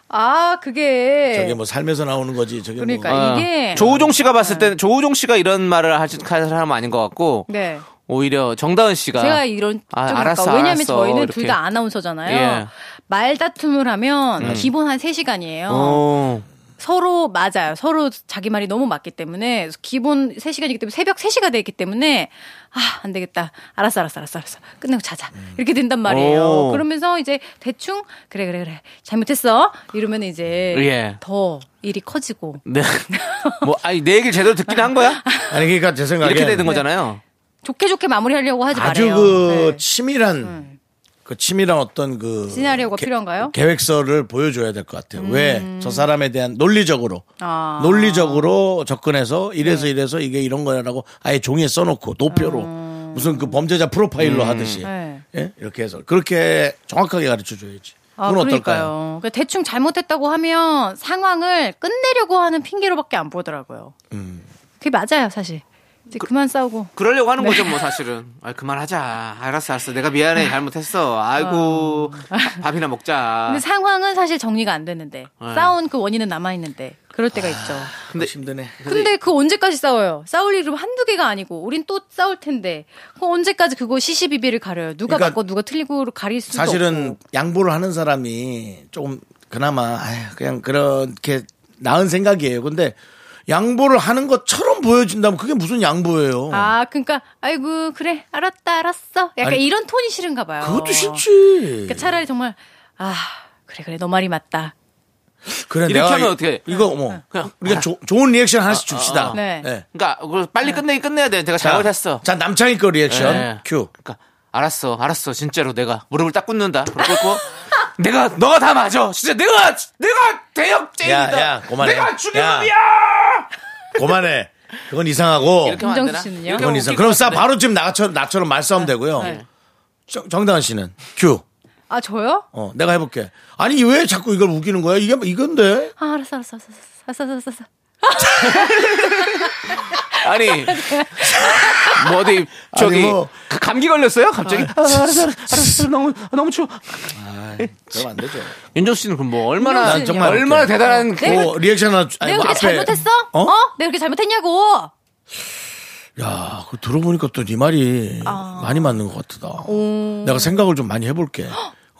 [SPEAKER 4] 아, 그게.
[SPEAKER 1] 저게 뭐 삶에서 나오는 거지. 저게
[SPEAKER 4] 그러니까
[SPEAKER 1] 뭐.
[SPEAKER 4] 이게.
[SPEAKER 2] 어. 조우종 씨가 봤을 때는 조우종 씨가 이런 말을 하는 사람 은 아닌 것 같고
[SPEAKER 4] 네.
[SPEAKER 2] 오히려 정다은 씨가
[SPEAKER 4] 제가 이런
[SPEAKER 2] 아,
[SPEAKER 4] 쪽으로
[SPEAKER 2] 알았어,
[SPEAKER 4] 갈까? 왜냐면
[SPEAKER 2] 알았어,
[SPEAKER 4] 저희는
[SPEAKER 2] 이렇게.
[SPEAKER 4] 둘 다 아나운서잖아요.
[SPEAKER 2] 예. 음.
[SPEAKER 4] 말다툼을 하면 기본 한 3시간이에요.
[SPEAKER 2] 어.
[SPEAKER 4] 서로 맞아요. 서로 자기 말이 너무 맞기 때문에 그래서 기본 3시간이기 때문에 새벽 3시가 되기 때문에 아, 안 되겠다. 알았어, 알았어, 알았어, 알았어. 끝내고 자자.
[SPEAKER 1] 음.
[SPEAKER 4] 이렇게 된단 말이에요.
[SPEAKER 2] 오.
[SPEAKER 4] 그러면서 이제 대충 그래, 그래, 그래. 잘못했어. 이러면 이제
[SPEAKER 2] 예.
[SPEAKER 4] 더 일이 커지고
[SPEAKER 2] 네. 뭐 아니 내 얘기를 제대로 듣긴 한 거야?
[SPEAKER 1] 아니 그러니까 제 생각에
[SPEAKER 2] 이렇게
[SPEAKER 4] 네.
[SPEAKER 2] 되는 거잖아요.
[SPEAKER 4] 좋게 좋게 마무리하려고 하지
[SPEAKER 1] 아주
[SPEAKER 4] 말아요.
[SPEAKER 1] 그
[SPEAKER 4] 네.
[SPEAKER 1] 치밀한 그 치밀한 어떤 그
[SPEAKER 4] 시나리오가 필요한가요? 음.
[SPEAKER 1] 계획서를 보여줘야 될 것 같아요. 왜 저 사람에 대한 논리적으로
[SPEAKER 4] 아. 네.
[SPEAKER 1] 논리적으로 접근해서 이래서 이래서 이게 이런 거라고 아예 종이에 써놓고 도표로 무슨 그 범죄자 프로파일로 하듯이
[SPEAKER 4] 음. 네.
[SPEAKER 1] 예? 이렇게 해서 그렇게 정확하게 가르쳐줘야지.
[SPEAKER 4] 아,
[SPEAKER 1] 그건 어떨까요?
[SPEAKER 4] 그러니까요. 그러니까 대충 잘못했다고 하면 상황을 끝내려고 하는 핑계로밖에 안 보더라고요.
[SPEAKER 1] 음.
[SPEAKER 4] 그게 맞아요, 사실. 이제 그, 만 싸우고.
[SPEAKER 2] 그러려고
[SPEAKER 4] 네.
[SPEAKER 2] 하는 거죠, 뭐 사실은. 아 그만하자. 알았어, 알았어. 내가 미안해. 잘못했어. 아이고 밥- 밥이나 먹자.
[SPEAKER 4] 근데 상황은 사실 정리가 안 됐는데
[SPEAKER 1] 네.
[SPEAKER 4] 싸운 그 원인은 남아 있는데 그럴 때가 있죠.
[SPEAKER 1] 아, 근데 힘드네.
[SPEAKER 4] 근데 그 언제까지 싸워요? 싸울 일은 한두 개가 아니고 우린 또 싸울 텐데 그 언제까지 그거 시시비비를 가려요? 누가
[SPEAKER 1] 그러니까
[SPEAKER 4] 맞고 누가 틀리고 가릴 수도
[SPEAKER 1] 사실은
[SPEAKER 4] 없고.
[SPEAKER 1] 양보를 하는 사람이 조금 그나마 아휴, 그냥 그렇게 나은 생각이에요. 근데 양보를 하는 것처럼 보여준다면 그게 무슨 양보예요?
[SPEAKER 4] 아, 그러니까 아이고 그래 알았다 알았어. 약간
[SPEAKER 1] 아니,
[SPEAKER 4] 이런 톤이 싫은가 봐요.
[SPEAKER 1] 그것도 싫지.
[SPEAKER 4] 그러니까 차라리 정말 아 그래 그래 너 말이 맞다.
[SPEAKER 1] 그래,
[SPEAKER 2] 이렇게
[SPEAKER 1] 내가
[SPEAKER 2] 하면
[SPEAKER 1] 이-
[SPEAKER 2] 어떡해? 네.
[SPEAKER 1] 이거 뭐
[SPEAKER 2] 그냥
[SPEAKER 1] 우리가 조- 좋은 리액션 하나씩 줍시다.
[SPEAKER 4] 아. 네.
[SPEAKER 2] 그러니까 그걸 빨리 끝내기 끝내야 돼. 내가 잘못했어.
[SPEAKER 1] 자 남창희 거 리액션
[SPEAKER 2] 네.
[SPEAKER 1] 큐.
[SPEAKER 2] 그러니까 알았어, 알았어. 진짜로 내가 무릎을 딱 꿇는다. 무릎 꿇고 내가 너가 다 맞아. 진짜 내가 내가 대역죄인이다.
[SPEAKER 1] 야, 야, 그만해.
[SPEAKER 2] 내가 죽일
[SPEAKER 1] 야.
[SPEAKER 2] 놈이야.
[SPEAKER 1] 그만해. 그건 이상하고.
[SPEAKER 2] 이렇게 하면 네. 안 되나?
[SPEAKER 4] 김정수 씨는요?
[SPEAKER 2] 이렇게
[SPEAKER 1] 그건
[SPEAKER 2] 하면
[SPEAKER 1] 이상.
[SPEAKER 2] 웃길
[SPEAKER 1] 그럼
[SPEAKER 2] 것
[SPEAKER 1] 싸
[SPEAKER 2] 같은데.
[SPEAKER 1] 바로 지금 나처럼 나처럼 말싸움
[SPEAKER 4] 네.
[SPEAKER 1] 되고요. 정- 정다은 씨는 큐.
[SPEAKER 4] 아 저요?
[SPEAKER 1] 어, 내가 해볼게. 아니 왜 자꾸 이걸 우기는 거야? 이게 이건데.
[SPEAKER 4] 아 알았어 알았어 알았어 알았어 알았어 알았어.
[SPEAKER 2] 아니 뭐 어디 저기
[SPEAKER 1] 아니, 뭐.
[SPEAKER 2] 그 감기 걸렸어요? 갑자기? 아, 알았어, 알았어, 알았어. 너무 너무 추워.
[SPEAKER 1] 그럼 안 되죠.
[SPEAKER 2] 윤정수 씨는 그럼 뭐 얼마나
[SPEAKER 4] 윤정수
[SPEAKER 1] 씨는요?
[SPEAKER 2] 얼마나 대단한
[SPEAKER 4] 네. 내가-
[SPEAKER 1] 어, 리액션 하나 주- 아니,
[SPEAKER 4] 내가
[SPEAKER 1] 뭐
[SPEAKER 4] 그렇게
[SPEAKER 1] 앞에
[SPEAKER 4] 잘못했어?
[SPEAKER 1] 어?
[SPEAKER 4] 어? 내가 그렇게 잘못했냐고.
[SPEAKER 1] 야, 그 들어보니까 또 네 말이
[SPEAKER 4] 아.
[SPEAKER 1] 많이 맞는 것 같다. 내가 생각을 좀 많이 해볼게.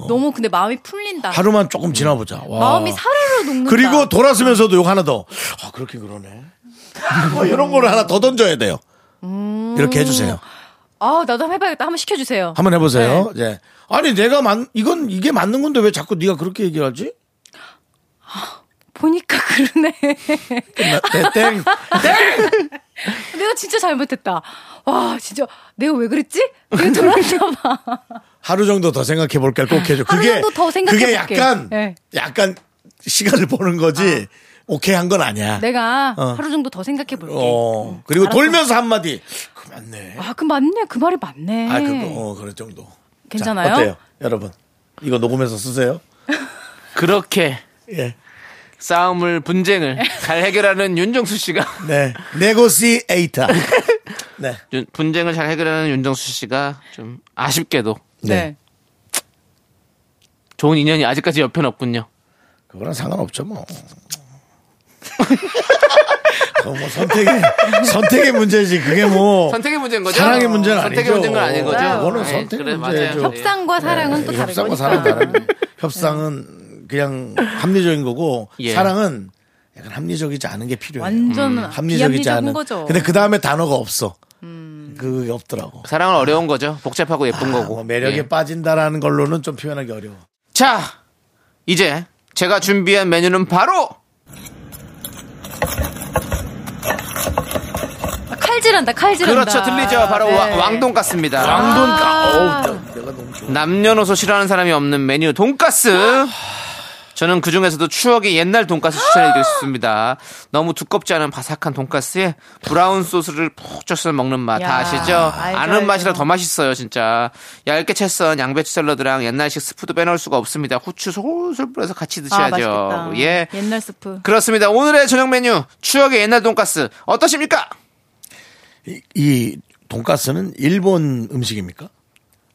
[SPEAKER 4] 너무 근데 마음이 풀린다.
[SPEAKER 1] 하루만 조금 지나보자. 와.
[SPEAKER 4] 마음이 사르르 음. 녹는다.
[SPEAKER 1] 어. 그리고 돌아서면서도 욕 하나 더. 아, 그렇게 그러네. 뭐 이런 거를 하나 더 던져야 돼요. 이렇게 해주세요.
[SPEAKER 4] 아 나도 한번 해봐야겠다. 한번 시켜주세요.
[SPEAKER 1] 한번 해보세요.
[SPEAKER 4] 네.
[SPEAKER 1] 예. 아니 내가 만 이건 이게 맞는 건데 왜 자꾸 네가 그렇게 얘기하지?
[SPEAKER 4] 보니까 그러네.
[SPEAKER 1] 나- 땡, 땡.
[SPEAKER 4] 내가 진짜 잘못했다. 와 진짜 내가 왜 그랬지? 내가 돌았나 봐.
[SPEAKER 1] 하루 정도 더 생각해 볼까 꼭 해줘.
[SPEAKER 4] 하루
[SPEAKER 1] 그게
[SPEAKER 4] 정도 더 생각해
[SPEAKER 1] 그게
[SPEAKER 4] 볼게.
[SPEAKER 1] 약간
[SPEAKER 4] 예. 아.
[SPEAKER 1] 약간 시간을 보는 거지. 오케이 한 건 아니야.
[SPEAKER 4] 내가
[SPEAKER 1] 어.
[SPEAKER 4] 하루 정도 더 생각해 볼게.
[SPEAKER 1] 어 그리고
[SPEAKER 4] 네. 알았어.
[SPEAKER 1] 돌면서 한 마디. 그 맞네.
[SPEAKER 4] 아 그 맞네. 그 말이 맞네.
[SPEAKER 1] 아 그거 어 그럴 정도. 자,
[SPEAKER 4] 괜찮아요?
[SPEAKER 1] 어때요, 여러분? 이거 녹음해서 쓰세요.
[SPEAKER 2] 그렇게
[SPEAKER 1] 예.
[SPEAKER 2] 싸움을 분쟁을
[SPEAKER 4] 예.
[SPEAKER 2] 잘 해결하는 윤정수 씨가
[SPEAKER 1] 네. 네고시에이터. 네.
[SPEAKER 2] 윤- 분쟁을 잘 해결하는 윤정수 씨가 좀 아쉽게도
[SPEAKER 4] 네.
[SPEAKER 2] 좋은 인연이 아직까지 옆에는 없군요.
[SPEAKER 1] 그거랑 상관없죠 뭐. 그거 뭐 선택의 선택의 문제지 그게 뭐
[SPEAKER 2] 선택의 문제인 거죠?
[SPEAKER 1] 사랑의 문제는
[SPEAKER 2] 선택의
[SPEAKER 1] 아니죠.
[SPEAKER 2] 문제인 건 아닌 거죠.
[SPEAKER 4] 맞아요.
[SPEAKER 1] 그거는
[SPEAKER 2] 아이,
[SPEAKER 1] 선택
[SPEAKER 2] 그래,
[SPEAKER 1] 문제죠. 예.
[SPEAKER 2] 맞아요.
[SPEAKER 4] 협상과 사랑은 또 다른
[SPEAKER 1] 네.
[SPEAKER 4] 네.
[SPEAKER 1] 협상과
[SPEAKER 4] 거니까.
[SPEAKER 1] 사랑 다른 협상은 그냥 합리적인 거고
[SPEAKER 2] 예.
[SPEAKER 1] 사랑은 약간 합리적이지 않은 게 필요해요.
[SPEAKER 4] 완전
[SPEAKER 1] 음, 합리적이지
[SPEAKER 4] 비합리적인
[SPEAKER 1] 않은
[SPEAKER 4] 거죠. 음.
[SPEAKER 1] 근데 그 다음에 단어가 없어. 그게 없더라고.
[SPEAKER 2] 사랑은 어려운 거죠. 복잡하고 예쁜 거고.
[SPEAKER 1] 뭐 매력에
[SPEAKER 2] 예.
[SPEAKER 1] 빠진다라는 걸로는 좀 표현하기 어려워.
[SPEAKER 2] 자, 이제 제가 준비한 메뉴는 바로
[SPEAKER 4] 아, 칼질한다, 칼질한다.
[SPEAKER 2] 그렇죠. 들리죠. 바로
[SPEAKER 4] 네. 아,
[SPEAKER 2] 왕동 가스입니다
[SPEAKER 1] 왕돈가. 어우, 내가 너무 좋아.
[SPEAKER 2] 남녀노소 싫어하는 사람이 없는 메뉴 돈가스. 저는 그 중에서도 추억의 옛날 돈가스 추천해드리고 싶습니다. 너무 두껍지 않은 바삭한 돈가스에 브라운 소스를 푹 쪄서 먹는 맛
[SPEAKER 4] 야,
[SPEAKER 2] 다 아시죠?
[SPEAKER 4] 알죠,
[SPEAKER 2] 아는
[SPEAKER 4] 알죠.
[SPEAKER 2] 맛이라 더 맛있어요, 진짜. 얇게 채 썬 양배추 샐러드랑 옛날식 스프도 빼놓을 수가 없습니다. 후추 솔솔 뿌려서 같이
[SPEAKER 4] 아,
[SPEAKER 2] 드셔야죠.
[SPEAKER 4] 맛있겠다.
[SPEAKER 2] 예.
[SPEAKER 4] 옛날 스프.
[SPEAKER 2] 그렇습니다. 오늘의 저녁 메뉴 추억의 옛날 돈가스 어떠십니까?
[SPEAKER 1] 이, 이 돈가스는 일본 음식입니까?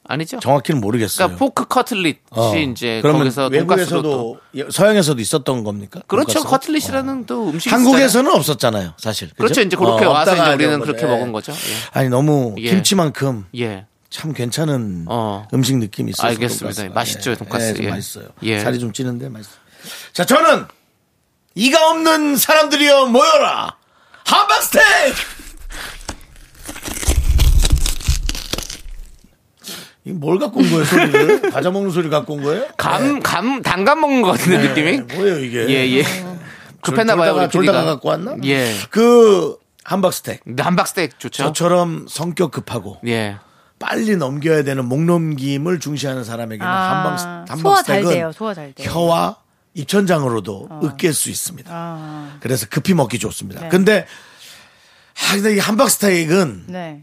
[SPEAKER 2] 아니죠.
[SPEAKER 1] 정확히는 모르겠어요.
[SPEAKER 2] 그러니까 포크 커틀릿이
[SPEAKER 1] 어.
[SPEAKER 2] 이제
[SPEAKER 1] 그러면
[SPEAKER 2] 거기서 돈가스로 또
[SPEAKER 1] 외국에서도 예, 서양에서도 있었던 겁니까?
[SPEAKER 2] 그렇죠.
[SPEAKER 1] 돈가스가?
[SPEAKER 2] 커틀릿이라는 또 음식이 있어요.
[SPEAKER 1] 한국에서는 없었잖아요, 사실. 그죠?
[SPEAKER 2] 그렇죠. 이제 그렇게
[SPEAKER 1] 어,
[SPEAKER 2] 와서
[SPEAKER 1] 없다가
[SPEAKER 2] 이제 우리는
[SPEAKER 1] 어려운
[SPEAKER 2] 그렇게
[SPEAKER 1] 거죠. 예.
[SPEAKER 2] 먹은 거죠.
[SPEAKER 1] 아니 너무
[SPEAKER 2] 예.
[SPEAKER 1] 김치만큼
[SPEAKER 2] 예. 예.
[SPEAKER 1] 참 괜찮은
[SPEAKER 2] 어.
[SPEAKER 1] 음식 느낌이 있어요.
[SPEAKER 2] 알겠습니다. 맛있죠, 돈가스.
[SPEAKER 1] 예, 좀
[SPEAKER 2] 예.
[SPEAKER 1] 맛있어요.
[SPEAKER 2] 예.
[SPEAKER 1] 살이 좀 찌는데 맛있어요. 자, 저는 이가 없는 사람들이여 모여라. 한박 스테이크. 이뭘 갖고 온 거예요, 소리를? 과자 먹는 소리 갖고 온 거예요?
[SPEAKER 2] 감, 감, 단감 먹는 것 같은데 느낌이?
[SPEAKER 1] 네, 뭐예요, 이게?
[SPEAKER 2] 예, 예. 급했나봐요,
[SPEAKER 1] 졸다가,
[SPEAKER 2] 우리
[SPEAKER 1] 졸다가
[SPEAKER 2] PD가.
[SPEAKER 1] 갖고 왔나?
[SPEAKER 2] 예.
[SPEAKER 1] 그 함박 스테이크.
[SPEAKER 2] 함박스테이크 좋죠?
[SPEAKER 1] 저처럼 성격 급하고
[SPEAKER 2] 예.
[SPEAKER 1] 빨리 넘겨야 되는 목 넘김을 중시하는 사람에게는 한방 스-
[SPEAKER 4] 아,
[SPEAKER 1] 한방
[SPEAKER 4] 소화 잘
[SPEAKER 1] 스택은
[SPEAKER 4] 돼요, 소화 잘 돼요. 어.
[SPEAKER 1] 혀와 입천장으로도 으깰 수 있습니다.
[SPEAKER 4] 아.
[SPEAKER 1] 그래서 급히 먹기 좋습니다.
[SPEAKER 4] 네.
[SPEAKER 1] 근데 아, 근데 이 한박 스테이크는
[SPEAKER 4] 네.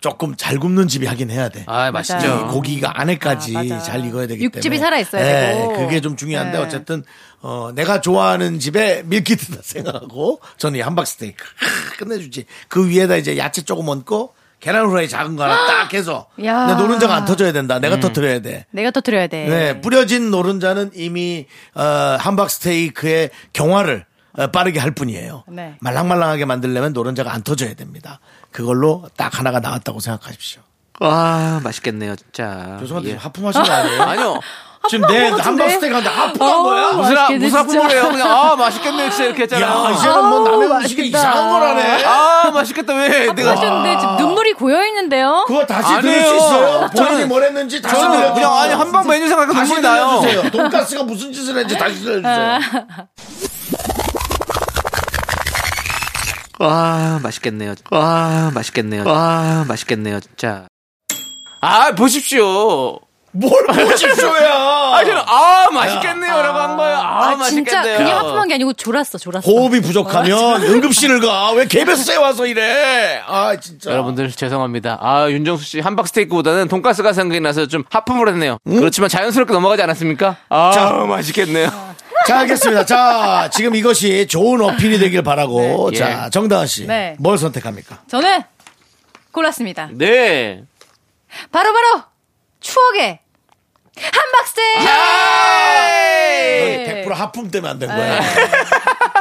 [SPEAKER 1] 조금 잘 굽는 집이 하긴 해야 돼.
[SPEAKER 2] 아,
[SPEAKER 4] 맞아요.
[SPEAKER 1] 이
[SPEAKER 2] 맛있죠.
[SPEAKER 1] 고기가 안에까지
[SPEAKER 4] 아, 맞아.
[SPEAKER 1] 잘 익어야 되기
[SPEAKER 4] 육즙이
[SPEAKER 1] 때문에
[SPEAKER 4] 살아있어야
[SPEAKER 1] 예,
[SPEAKER 4] 되고.
[SPEAKER 1] 그게 좀 중요한데
[SPEAKER 4] 네.
[SPEAKER 1] 어쨌든 어, 내가 좋아하는 집에 밀키트다 생각하고 저는 이 함박 스테이크 크, 끝내주지 그 위에다 이제 야채 조금 얹고 계란 후라이 작은 거 하나 딱 해서
[SPEAKER 4] 아! 야.
[SPEAKER 1] 내 노른자가 안 터져야 된다 내가 터트려야 돼
[SPEAKER 4] 내가 터뜨려야 돼.
[SPEAKER 1] 네, 뿌려진 노른자는 이미 어, 함박 스테이크의 경화를 어, 빠르게 할 뿐이에요.
[SPEAKER 4] 네.
[SPEAKER 1] 말랑말랑하게 만들려면 노른자가 안 터져야 됩니다. 그걸로 딱 하나가 나왔다고 아, 생각하십시오.
[SPEAKER 2] 와, 맛있겠네요, 진짜.
[SPEAKER 1] 죄송한데
[SPEAKER 2] 예.
[SPEAKER 1] 지금 하품하신 거 아니에요?
[SPEAKER 2] 아니요.
[SPEAKER 1] 지금 내
[SPEAKER 4] 것 같은데?
[SPEAKER 1] 함박 스테이크 한데 하품한
[SPEAKER 4] 어,
[SPEAKER 1] 거야?
[SPEAKER 2] 무슨, 아,
[SPEAKER 4] 맛있겠네,
[SPEAKER 2] 무슨 하품을
[SPEAKER 4] 진짜.
[SPEAKER 2] 해요? 그냥, 아, 맛있겠네, 진짜 이렇게
[SPEAKER 1] 야,
[SPEAKER 2] 했잖아요.
[SPEAKER 1] 이제는 뭐 남의
[SPEAKER 4] 아우,
[SPEAKER 1] 음식에
[SPEAKER 4] 맛있겠다.
[SPEAKER 1] 이상한 걸 하네.
[SPEAKER 2] 아, 맛있겠다, 왜? 내가.
[SPEAKER 4] 하셨는데 지금 눈물이 고여 있는데요.
[SPEAKER 1] 그거 다시 들을
[SPEAKER 2] 아니에요.
[SPEAKER 1] 수 있어요?
[SPEAKER 2] 저는-
[SPEAKER 1] 본인이 뭘 했는지 다시
[SPEAKER 2] 저는
[SPEAKER 1] 들려주세요.
[SPEAKER 2] 그냥, 아니, 한방 메뉴 생각해도
[SPEAKER 1] 다시
[SPEAKER 2] 눈물이 나요.
[SPEAKER 1] 들려주세요. 돈가스가 무슨 짓을 했는지 다시 들려주세요.
[SPEAKER 2] 와 아, 맛있겠네요. 와 맛있겠네요. 와 맛있겠네요. 진짜. 아 보십시오.
[SPEAKER 1] 뭘 보십시오야.
[SPEAKER 2] 아 저는 아 맛있겠네요라고 한 거예요. 아,
[SPEAKER 4] 아, 진짜
[SPEAKER 2] 맛있겠네요.
[SPEAKER 4] 그냥 하품한 게 아니고 졸았어, 졸았어.
[SPEAKER 1] 호흡이 부족하면 응급실을 가. 왜 KBS에 와서 이래? 아, 진짜.
[SPEAKER 2] 여러분들 죄송합니다. 아 윤정수 씨 함박 스테이크보다는 돈가스가 생각이 나서 좀 하품을 했네요. 그렇지만 자연스럽게 넘어가지 않았습니까? 아
[SPEAKER 1] 자.
[SPEAKER 2] 맛있겠네요.
[SPEAKER 1] 자, 알겠습니다. 자, 지금 이것이 좋은 어필이 되길 바라고.
[SPEAKER 2] 네.
[SPEAKER 1] 자,
[SPEAKER 2] 예.
[SPEAKER 1] 정다은 씨.
[SPEAKER 4] 네.
[SPEAKER 1] 뭘 선택합니까?
[SPEAKER 4] 저는 골랐습니다.
[SPEAKER 2] 네.
[SPEAKER 4] 바로 바로 추억의 한박스. 네.
[SPEAKER 2] 예!
[SPEAKER 1] 100% 하품 때문에 안 된 거야.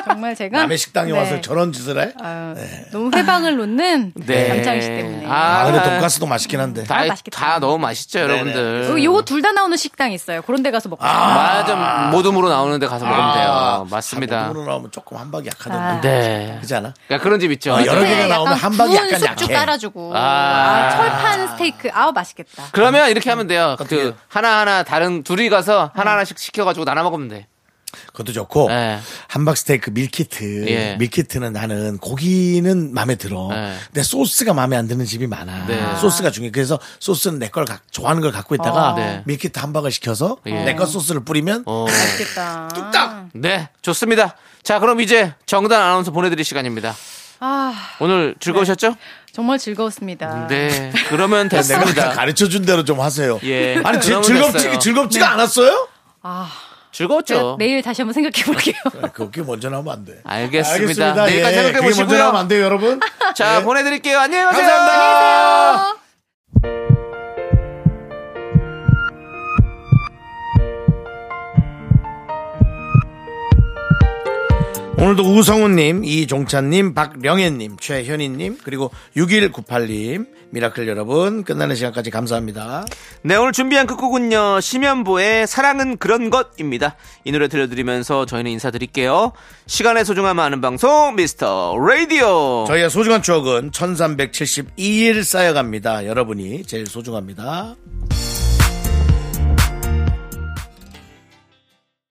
[SPEAKER 4] 정말 제가
[SPEAKER 1] 남의 식당에 와서
[SPEAKER 4] 네.
[SPEAKER 1] 저런 짓을 해?
[SPEAKER 4] 아, 너무 회방을 놓는
[SPEAKER 2] 네.
[SPEAKER 4] 남창희 씨 때문에.
[SPEAKER 1] 아,
[SPEAKER 2] 아,
[SPEAKER 1] 근데 돈가스도 맛있긴 한데.
[SPEAKER 2] 다,
[SPEAKER 4] 아, 맛있겠다.
[SPEAKER 2] 다 너무 맛있죠, 여러분들.
[SPEAKER 4] 어, 요거 둘 다 나오는 식당 있어요. 그런 데 가서 먹고. 싶어요.
[SPEAKER 2] 맞아, 모둠으로 나오는데 가서 먹으면 돼요.
[SPEAKER 1] 아,
[SPEAKER 2] 맞습니다.
[SPEAKER 1] 모둠으로 나오면 조금 한박이 약하던데.
[SPEAKER 4] 아.
[SPEAKER 2] 네.
[SPEAKER 1] 그렇지 않아?
[SPEAKER 2] 야, 그런 집 있죠.
[SPEAKER 1] 어, 여러
[SPEAKER 4] 근데
[SPEAKER 1] 개가 나오면
[SPEAKER 4] 약간
[SPEAKER 1] 한박이
[SPEAKER 4] 구운
[SPEAKER 1] 약간
[SPEAKER 4] 숙주
[SPEAKER 1] 약해.
[SPEAKER 4] 깔아주고.
[SPEAKER 2] 아.
[SPEAKER 4] 아, 철판 스테이크. 아우 맛있겠다.
[SPEAKER 2] 그러면 이렇게 하면 돼요.
[SPEAKER 1] 어떻게?
[SPEAKER 2] 그 하나 하나 다른 둘이 가서 하나 하나씩 시켜가지고 나눠 먹으면 돼.
[SPEAKER 1] 그것도 좋고
[SPEAKER 2] 예.
[SPEAKER 1] 함박 스테이크 밀키트
[SPEAKER 2] 예.
[SPEAKER 1] 밀키트는 나는 고기는 마음에 들어
[SPEAKER 2] 예.
[SPEAKER 1] 근데 소스가 마음에 안 드는 집이 많아
[SPEAKER 2] 네.
[SPEAKER 1] 소스가 중요해 그래서 소스는 내 걸 좋아하는 걸 갖고
[SPEAKER 4] 어.
[SPEAKER 1] 있다가
[SPEAKER 2] 네.
[SPEAKER 1] 밀키트 함박을 시켜서
[SPEAKER 2] 예.
[SPEAKER 1] 내 거 소스를 뿌리면
[SPEAKER 2] 어.
[SPEAKER 4] 맛있겠다.
[SPEAKER 1] 딱
[SPEAKER 2] 네, 좋습니다. 자, 그럼 이제 정단 아나운서 보내드릴 시간입니다.
[SPEAKER 4] 아,
[SPEAKER 2] 오늘 즐거우셨죠?
[SPEAKER 4] 정말 즐거웠습니다.
[SPEAKER 2] 네, 그러면
[SPEAKER 1] 내가
[SPEAKER 2] 됐습니다.
[SPEAKER 1] 가르쳐 준 대로 좀 하세요
[SPEAKER 2] 예.
[SPEAKER 1] 아니 지-
[SPEAKER 2] 그러면
[SPEAKER 1] 즐겁지
[SPEAKER 2] 됐어요. 네.
[SPEAKER 1] 즐겁지가 않았어요
[SPEAKER 4] 제가
[SPEAKER 2] 즐거웠죠?
[SPEAKER 4] 내일 다시 한번 생각해 볼게요.
[SPEAKER 1] 아, 그게 먼저 나오면 안 돼
[SPEAKER 2] 알겠습니다. 내일까지
[SPEAKER 1] 예.
[SPEAKER 2] 생각해
[SPEAKER 1] 그게 먼저
[SPEAKER 2] 보시고요.
[SPEAKER 1] 나오면 안 돼요 여러분
[SPEAKER 2] 자,
[SPEAKER 1] 예.
[SPEAKER 2] 보내드릴게요. 네. 안녕히 가세요.
[SPEAKER 1] 감사합니다 오늘도 우성훈님, 이종찬님, 박령혜님, 최현희님, 그리고 6198님, 미라클 여러분, 끝나는 시간까지 감사합니다.
[SPEAKER 2] 네, 오늘 준비한 끝곡은요, 심연보의 사랑은 그런 것입니다. 이 노래 들려드리면서 저희는 인사드릴게요. 시간의 소중함 아는 방송, 미스터 라디오.
[SPEAKER 1] 저희의 소중한 추억은 1372일 쌓여갑니다. 여러분이 제일 소중합니다.